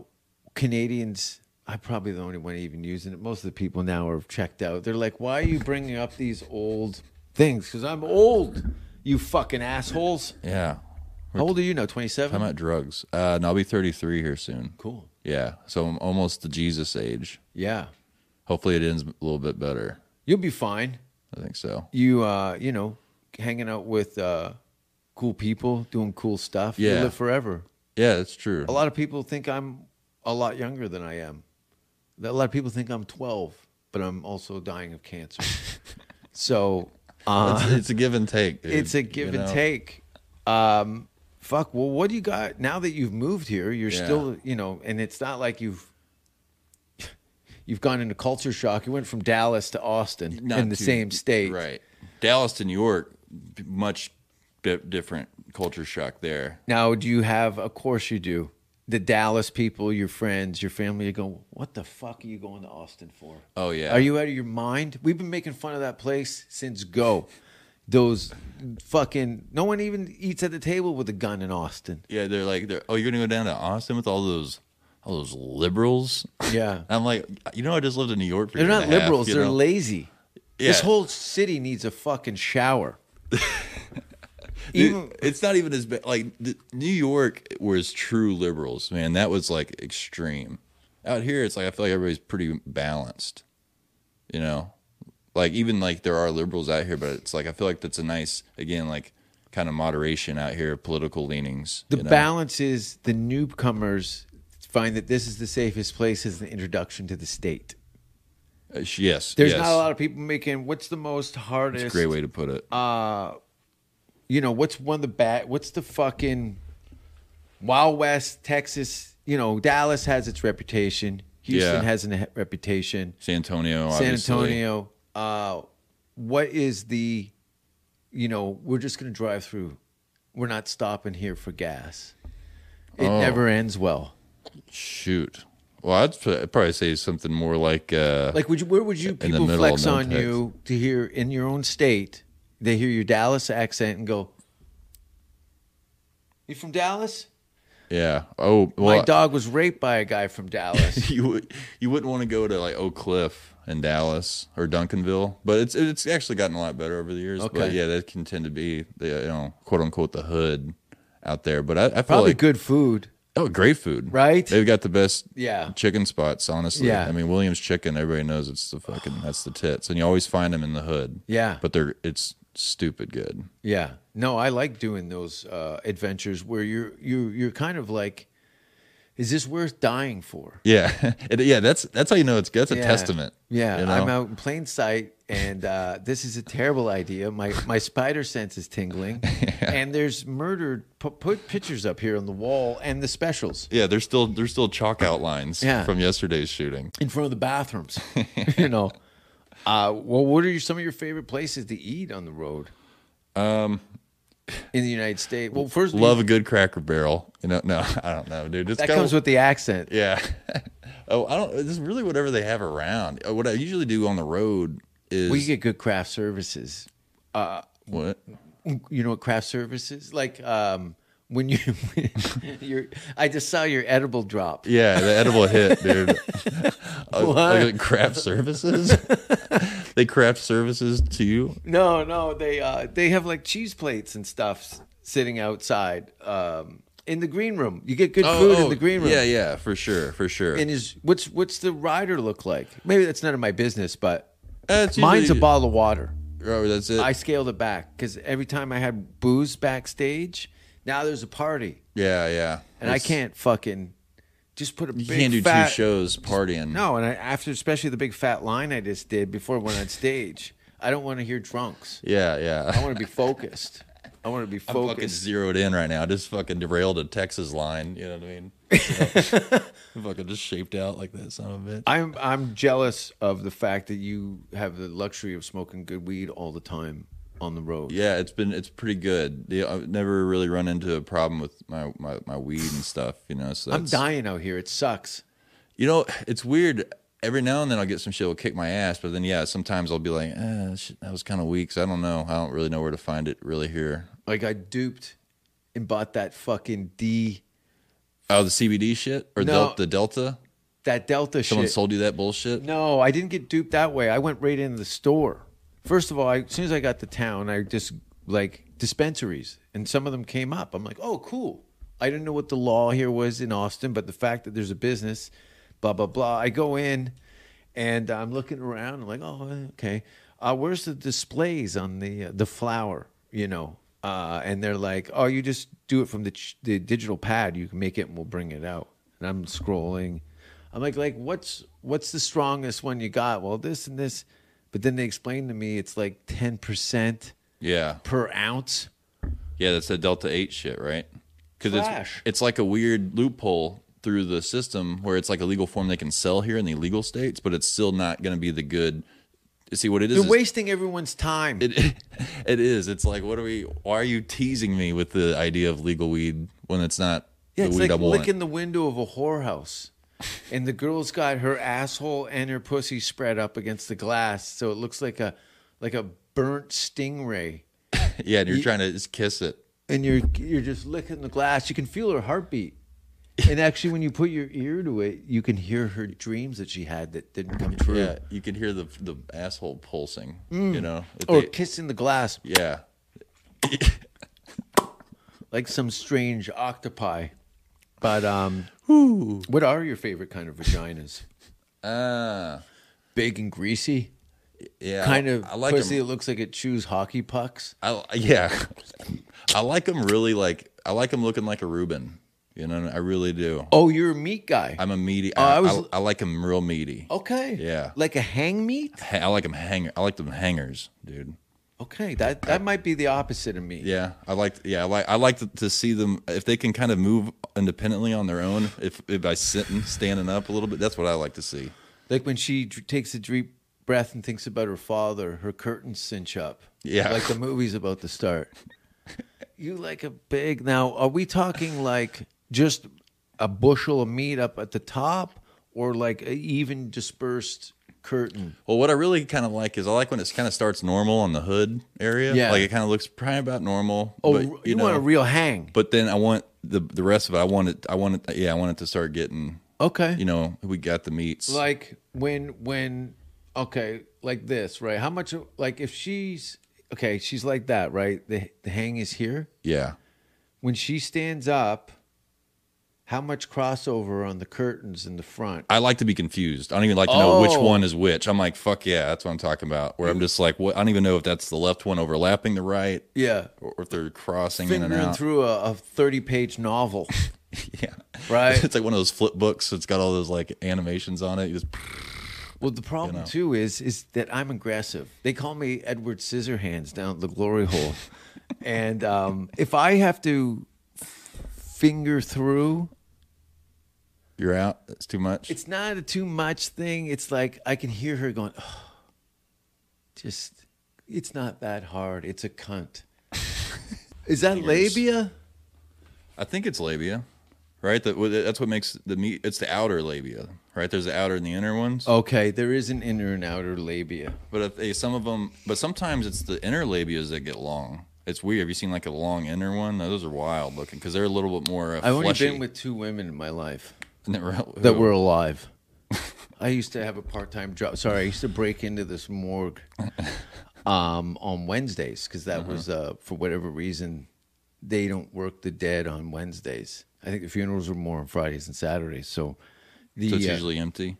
Canadians. I'm probably the only one even using it. Most of the people now are checked out. They're like, "Why are you bringing up these old things?" Because I'm old. You fucking assholes. Yeah. How old are you now? How 27. about drugs? Uh, no, I'll be 33 here soon. Cool. Yeah. So I'm almost the Jesus age. Yeah, Hopefully it ends a little bit better. you'll be fine. I think so. You, uh, you know, hanging out with uh, cool people, doing cool stuff, you Yeah. live forever. Yeah, that's true. A lot of people think I'm a lot younger than I am. A lot of people think I'm 12, but I'm also dying of cancer. so it's, it's a give and take. dude, it's a you give and know? take. Um, fuck. Well, what do you got now that you've moved here? You're Yeah. still, you know, and it's not like you've you've gone into culture shock. You went from Dallas to Austin Not in the too- same state, Right. Dallas to New York, b- much di- different culture shock there. Now, do you have? Of course, you do. The Dallas people, your friends, your family, are going. What the fuck are you going to Austin for? Oh, yeah. Are you out of your mind? We've been making fun of that place since go. Those fucking no one even eats at the table with a gun in Austin. Yeah, they're like, they're, oh, you're gonna go down to Austin with all those, all those liberals. Yeah. I'm like, you know, I just lived in New York for. a They're year not and a half, liberals. you they're know? lazy. This Yeah. whole city needs a fucking shower. Dude, even- it's not even as bad. Like th- New York was true liberals, man. That was like extreme. Out here, it's like I feel like everybody's pretty balanced. You know, like even like there are liberals out here, but it's like I feel like that's a nice again like kind of moderation out here, of political leanings. The you know? balance is the newcomers find that this is the safest place as the introduction to the state. Uh, sh- yes, There's yes. not a lot of Uh, people making what's the most hardest. It's a great way to put it. You know what's one of the bad. What's the fucking Wild West Texas? You know Dallas has its reputation. Houston Yeah. has a he- reputation. San Antonio, San obviously. Antonio. Uh, what is the, you know, we're just going to drive through. We're not stopping here for gas. It Oh. never ends well. Shoot. Well, I'd p- probably say something more like uh, Like, would you, where would you the people middle, flex no on you to hear in your own state? They hear your Dallas accent and go, "You from Dallas? yeah. Oh, well, My dog was raped by a guy from Dallas." you would- you wouldn't want to go to like Oak Cliff in Dallas or Duncanville, but it's it's actually gotten a lot better over the years. But Okay. yeah, that can tend to be the you know quote unquote the hood out there. But I, I feel Probably like good food. oh great food, Right? They've got the best Yeah. chicken spots. Honestly, Yeah. I mean Williams Chicken, everybody knows it's the fucking that's the tits, and you always find them in the hood. Yeah. but they're it's stupid good. Yeah. No, I like doing those uh, adventures where you're you you're kind of like, is this worth dying for? Yeah, It- yeah. That's that's how you know it's good. That's a testament. Yeah, you know? I'm out in plain sight, and uh, this is a terrible idea. My my spider sense is tingling, and there's murdered. Put, put pictures up here on the wall and the specials Yeah, there's still there's still chalk outlines Yeah. from yesterday's shooting. in front of the bathrooms. you know, uh, well, what are your, some of your favorite places to eat on the road? Um, in the United States. Well, first Love a good Cracker Barrel. You know, no, I don't know, dude. It's that kinda- comes with the accent. yeah. oh, I don't. This is really whatever they have around. Uh, What I usually do on the road is We get good craft services. Uh, what? you know what craft services like um when you you're i just saw your edible drop Yeah, the edible hit, dude. Uh, like craft services. they craft services to you. no no they uh they have like cheese plates and stuff s- sitting outside um in the green room you get good food in the green room Oh, Yeah, yeah, for sure, for sure. and is what's what's the rider look like maybe that's none of my business but Uh, it's mine's a usually- bottle of water Oh, that's it. i scaled it back because every time i had booze backstage now there's a party yeah, yeah. and It's- i can't fucking just put a You big can't do fat- two shows partying. No, and I, after especially the big fat line I just did before I went on stage, I don't want to hear drunks. Yeah, yeah. I want to be focused. I want to be I'm fucking focused. zeroed in right now. I just fucking derailed a Texas line. You know what I mean? fucking just shaped out like that son of a bitch. I'm I'm jealous of the fact that you have the luxury of smoking good weed all the time on the road. Yeah, it's been it's pretty good. The- I've never really run into a problem with my my, my weed and stuff. You know, so I'm that's- dying out here. It sucks. You know, it's weird. Every now and then I'll get some shit will kick my ass, but then yeah, sometimes I'll be like, eh, shit, that was kind of weak. So I don't know. I don't really know where to find it really here. Like I duped and bought that fucking D Oh, the CBD shit or No. Del- the Delta. that Delta Someone shit. sold you that bullshit. No, I didn't get duped that way. I went right into the store. First of all, I, as soon as I got to town, I just like dispensaries, and some of them came up. I'm like, oh, cool. I didn't know what the law here was in Austin, but the fact that there's a business, blah blah blah. I go in, and I'm looking around. I'm like, oh, okay. Uh, where's the displays on the uh, the flower? you know, uh, and they're like, "Oh, you just do it from the ch- the digital pad. You can make it, and we'll bring it out." And I'm scrolling. I'm like, like what's what's the strongest one you got? Well, this and this, but then they explain to me it's like ten percent Yeah. per ounce. Yeah, that's the Delta 8 shit, right? Because it's, Flash. it's like a weird loophole through the system where it's like a legal form they can sell here in the illegal states, but it's still not going to be the good. See, what it is, They're is- wasting everyone's time. it, it is. It's like, what are we, why are you teasing me with the idea of legal weed when it's not yeah, the it's weed like I want? licking the window of a whorehouse. And the girl's got her asshole and her pussy spread up against the glass, so it looks like a like a burnt stingray. yeah, and you're trying to just kiss it. and you're you're just licking the glass. You can feel her heartbeat. And actually, when you put your ear to it, you can hear her dreams that she had that didn't come true. Yeah, you can hear the the asshole pulsing. You know, If Mm. Or they- kissing the glass yeah, like some strange octopi. But um, what are your favorite kind of vaginas? uh, Big and greasy, yeah. kind of I like pussy them. that looks like it chews hockey pucks. I, yeah, I like them really. Like I like them looking like a Reuben. You know, I really do. Oh, you're a meat guy. I'm a meaty. Oh, I, I I, was- I like them real meaty. okay. Yeah. Like a hang meat. Ha- I like them hanger. I like them hangers, dude. Okay, that that might be the opposite of me. Yeah, I like. Yeah, I like. I like to, to see them if they can kind of move independently on their own. If if by sitting, standing up a little bit, that's what I like to see. Like when she dr- takes a deep breath and thinks about her father, her curtains cinch up. Yeah. Like the movie's about to start. you like a big. Now, are we talking like just a bushel of meat up at the top or like a even dispersed curtain? Well, what I really kind of like is I like when it kind of starts normal on the hood area. Yeah. like it kind of looks probably about normal. Oh, but, you, want a real hang. But then I want the the rest of it. I want it. I want it. Yeah, I want it to start getting. Okay. You know, we got the meats. like when when okay like this right how much like if she's okay she's like that right the, the hang is here yeah, when she stands up, how much crossover on the curtains in the front? I like to be confused. I don't even like to know which Oh. one is which. I'm like, fuck yeah, that's what I'm talking about. Where I'm just like, what? I don't even know if that's the left one overlapping the right, Yeah. or if they're crossing in and Fingering out. through a, a 30 page novel. yeah, Right. it's like one of those flip books. It's got all those like animations on it. You just Well, the problem You know. too is is that I'm aggressive. They call me Edward Scissorhands down the glory hole, and um, if I have to finger through, you're out. It's too much. it's not a too much thing. It's like I can hear her going, oh, just it's not that hard. It's a cunt. Is that labia? I think it's labia, right? That that's what makes the meat. It's the outer labia, right? There's the outer and the inner ones. Okay, there is an inner and outer labia. But if they, some of them, but sometimes it's the inner labias that get long. It's weird. Have you seen like a long inner one? Those are wild looking because they're a little bit more. Uh, I've only fleshy. been with two women in my life Isn't that right? that were alive. I used to have a part-time job. Sorry, I used to break into this morgue um, on Wednesdays because Uh-huh. that was uh, for whatever reason they don't work the dead on Wednesdays. I think the funerals are more on Fridays and Saturdays. So the So it's uh, usually empty.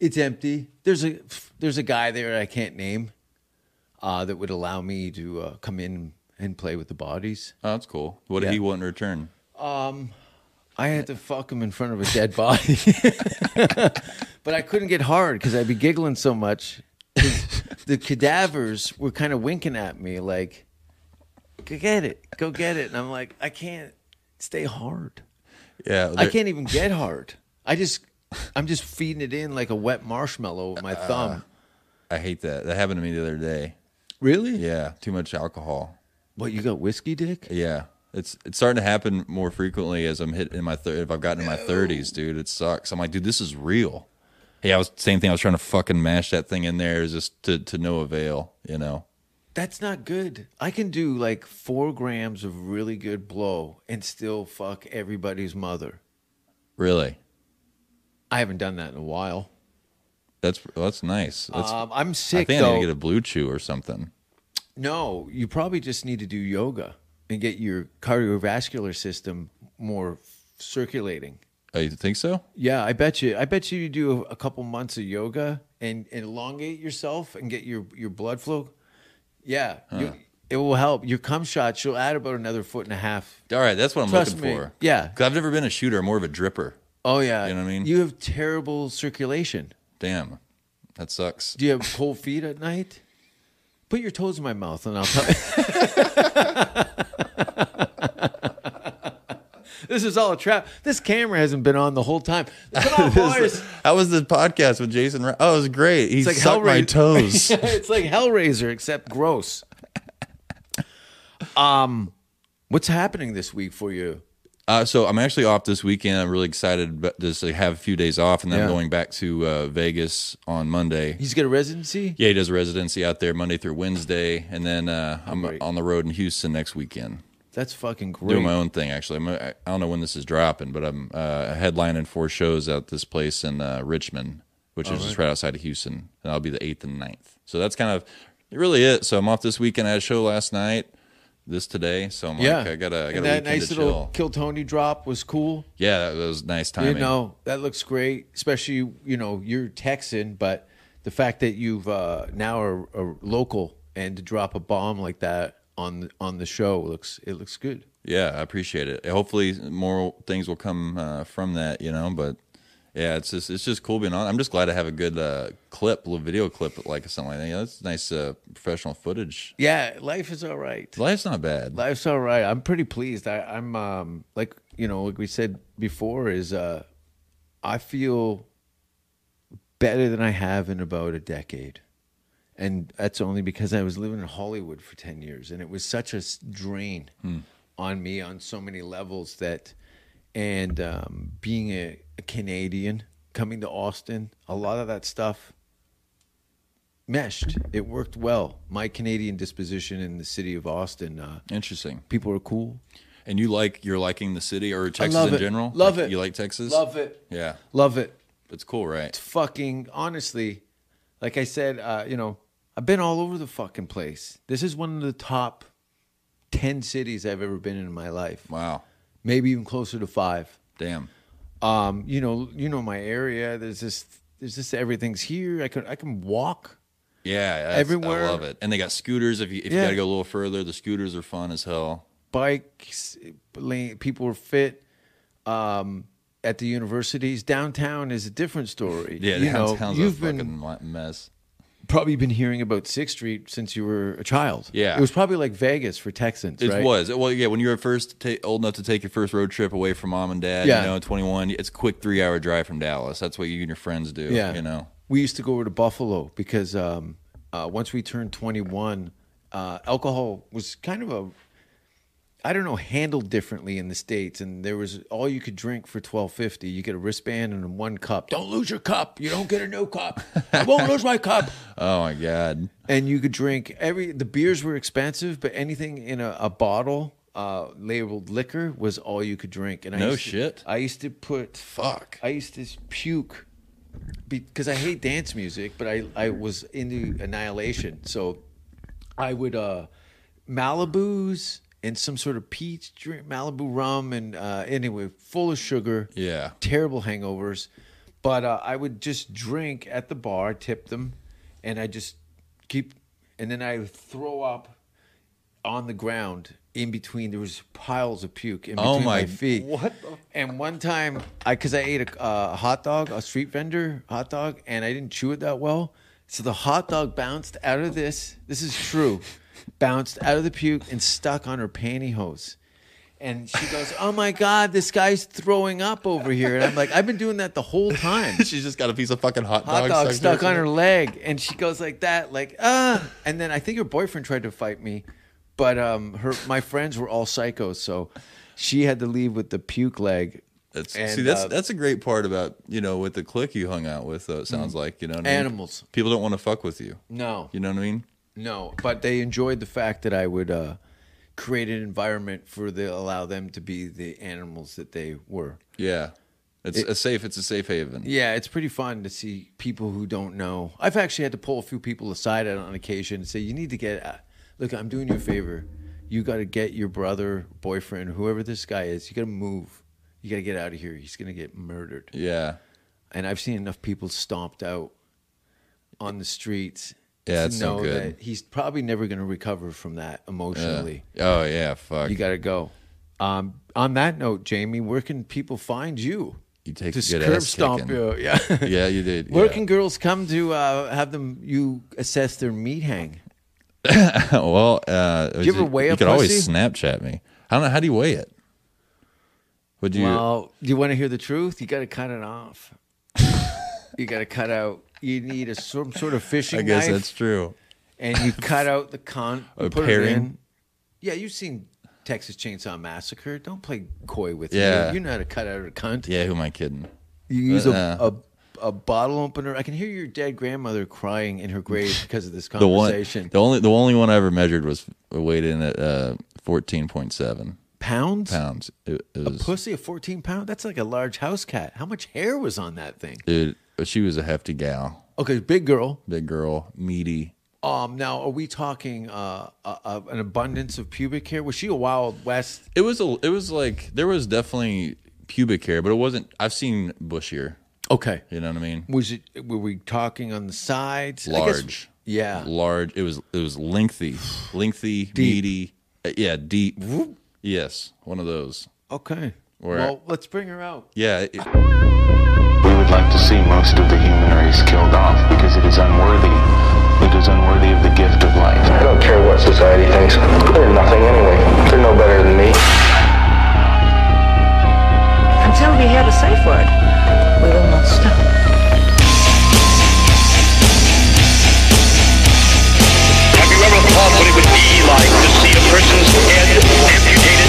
it's empty. There's a there's a guy there I can't name uh, that would allow me to uh, come in and play with the bodies. Oh, that's cool. What if Yeah. he wouldn't return? I had to fuck him in front of a dead body. but I couldn't get hard because I'd be giggling so much. 'Cause The cadavers were kind of winking at me, like, go get it, go get it. And I'm like, I can't stay hard. Yeah, I can't even get hard. I just, I'm just feeding it in like a wet marshmallow with my thumb. I hate that. That happened to me the other day. really? Yeah, too much alcohol. What, you got whiskey dick? Yeah, it's it's starting to happen more frequently as I'm hit in my thir- if I've gotten in my thirties, dude. It sucks. I'm like, dude, this is real. Hey, I was same thing. I was trying to fucking mash that thing in there, is just to to no avail. You know. That's not good. I can do like four grams of really good blow and still fuck everybody's mother. Really? I haven't done that in a while. That's that's nice. That's, Um, I'm I sick think I though. need to get a blue chew or something. no, you probably just need to do yoga and get your cardiovascular system more circulating. Oh, you think so? Yeah, I bet you. I bet you you do a couple months of yoga and, and elongate yourself and get your your blood flow. Yeah, you, It will help. Your cum shot, she'll add about another foot and a half. All right, that's what I'm Trust looking me. for. Yeah. because I've never been a shooter. I'm more of a dripper. Oh yeah. You know what I mean? You have terrible circulation. Damn, that sucks. Do you have cold feet at night? Put your toes in my mouth and I'll tell you. this is all a trap. This camera hasn't been on the whole time. Come on, boys. How was the podcast with Jason? Ra- oh, it was great. He like sucked my Hellraiser. toes. it's like Hellraiser, except gross. Um, what's happening this week for you? Uh, so I'm actually off this weekend. I'm really excited but just to have a few days off, and then I'm Yeah. going back to uh, Vegas on Monday. He's got a residency. Yeah, he does residency out there Monday through Wednesday, and then uh, I'm Great. on the road in Houston next weekend. That's fucking great. Doing my own thing actually. I'm, I I don't know when this is dropping, but I'm uh, headlining four shows at this place in uh, Richmond, which is just right outside of Houston, and I'll be the eighth and ninth. So that's kind of really it. So I'm off this weekend. I had a show last night, this today. So I'm like, I got a, I got and a that weekend nice to little chill. Kill Tony drop was cool. yeah, that was nice You timing. know, that looks great. Especially, you know, you're Texan, but the fact that you've uh, now are, are local and to drop a bomb like that on on the show looks it looks good. Yeah, I appreciate it. Hopefully, more things will come uh, from that, you know. But yeah, it's just it's just cool being on. I'm just glad to have a good uh, clip, little video clip, like something like that. You know, that's nice uh, professional footage. Yeah, life is all right. Life's not bad. Life's all right. I'm pretty pleased. I, I'm um like you know, like we said before, is uh I feel better than I have in about a decade. And that's only because I was living in Hollywood for 10 years and it was such a s- drain on me on so many levels that, and um, being a, a Canadian, coming to Austin, a lot of that stuff meshed. It worked well. My Canadian disposition in the city of Austin, uh, Interesting. people are cool. And you like you're liking the city or I Texas love in it. general? Love Like, it. You like Texas? Love it. Yeah, Love it. it's cool, right? fucking honestly, like I said, uh, you know, I've been all over the fucking place. This is one of the top ten cities I've ever been in in my life. Wow. Maybe even closer to five. Damn. Um, you know, you know my area. There's this, there's this. Everything's here. I can, I can walk. Yeah, that's- Everywhere- I love it. And they got scooters. If you if you Yeah. gotta go a little further, the scooters are fun as hell. bikes, lane- people are fit. Um, at the universities, downtown is a different story. Yeah, you know, downtown's a you've fucking been mess. probably been hearing about Sixth Street since you were a child. Yeah. it was probably like Vegas for Texans. It right? was well, yeah. When you were first ta- old enough to take your first road trip away from mom and dad, Yeah. you know, twenty one, it's a quick three hour drive from Dallas. That's what you and your friends do. Yeah, you know. we used to go over to Buffalo because um, uh, once we turned twenty one, uh, alcohol was kind of a I don't know handled differently in the states, and there was all you could drink for twelve fifty. You get a wristband and one cup. Don't lose your cup. You don't get a new cup. I won't lose my cup. Oh my god, and you could drink every the beers were expensive but anything in a, a bottle uh labeled liquor was all you could drink and I No used to- shit. i used to put fuck. i used to puke because i hate dance music but i i was into annihilation so i would uh malibus and some sort of peach drink malibu rum and uh anyway full of sugar Yeah. terrible hangovers. But uh, I would just drink at the bar, tip them, and I just keep, and then I would throw up on the ground in between. There was piles of puke in between Oh my, my- feet. What? And one time, I because I ate a uh, hot dog, a street vendor hot dog, and I didn't chew it that well, so the hot dog bounced out of this. This is true. bounced out of the puke and stuck on her pantyhose. And she goes, "Oh my God, this guy's throwing up over here." And I'm like, "I've been doing that the whole time." She's just got a piece of fucking hot, Hot dog, dog stuck, stuck on her leg, and she goes like that, like ah. And then I think her boyfriend tried to fight me, but um, her my friends were all psychos, so she had to leave with the puke leg. That's, And, see, that's uh, that's a great part about you know with the clique you hung out with. Though it sounds like you know what I mean? Mm-hmm. Animals. People don't want to fuck with you. No, You know what I mean? no, but they enjoyed the fact that I would uh, create an environment for the allow them to be the animals that they were. Yeah. It's a safe. It's a safe haven. Yeah, it's pretty fun to see people who don't know. I've actually had to pull a few people aside on occasion and say, "You need to get uh, look. I'm doing you a favor. You got to get your brother, boyfriend, whoever this guy is. You got to move. You got to get out of here. He's gonna get murdered." Yeah. And I've seen enough people stomped out on the streets. Yeah, to it's so know good. that he's probably never going to recover from that emotionally. Oh yeah, fuck. You got to go. Um, on that note, Jamie, where can people find you? You take Just a good curb ass stomp kicking. you. Yeah. yeah, you did. Where yeah. can girls come to uh, have them? You assess their meat hang. well, uh, you ever weigh You a could always pussy? Snapchat me. I don't know. How do you weigh it? Would you? well, you want to hear the truth? You got to cut it off. you got to cut out. You need a some sort of fishing I guess knife, that's true. and you cut out the con. A you put it paring? in. Yeah, you've seen Texas Chainsaw Massacre. Don't play coy with Yeah. me. You know how to cut out a cunt. Yeah, who am I kidding? You use a, Uh, a a bottle opener. I can hear your dead grandmother crying in her grave because of this The one, conversation. the only, the only one I ever measured was weighed in at uh, fourteen point seven pounds? pounds. It, it A was, pussy of 14 pounds? That's like a large house cat. How much hair was on that thing? dude. She was a hefty gal, Okay, big girl. big girl, meaty. Um, now, are we talking uh, a, a, an abundance of pubic hair? Was she a Wild West? It was a, it was like there was definitely pubic hair, but it wasn't. I've seen bushier. Okay. You know what I mean? Was it? Were we talking on the sides? I guess- large. yeah. large. It was it was lengthy, lengthy, meaty. Uh, yeah, deep. Yes, one of those. okay. Or- well, let's bring her out. Yeah, it- We would like to see most of the human race killed off because it is unworthy. It is unworthy of the gift of life. I don't care what society thinks. They're nothing anyway. They're no better than me. Until we hear the safe word, we will not stop. Have you ever thought what it would be like to see a person's head amputated?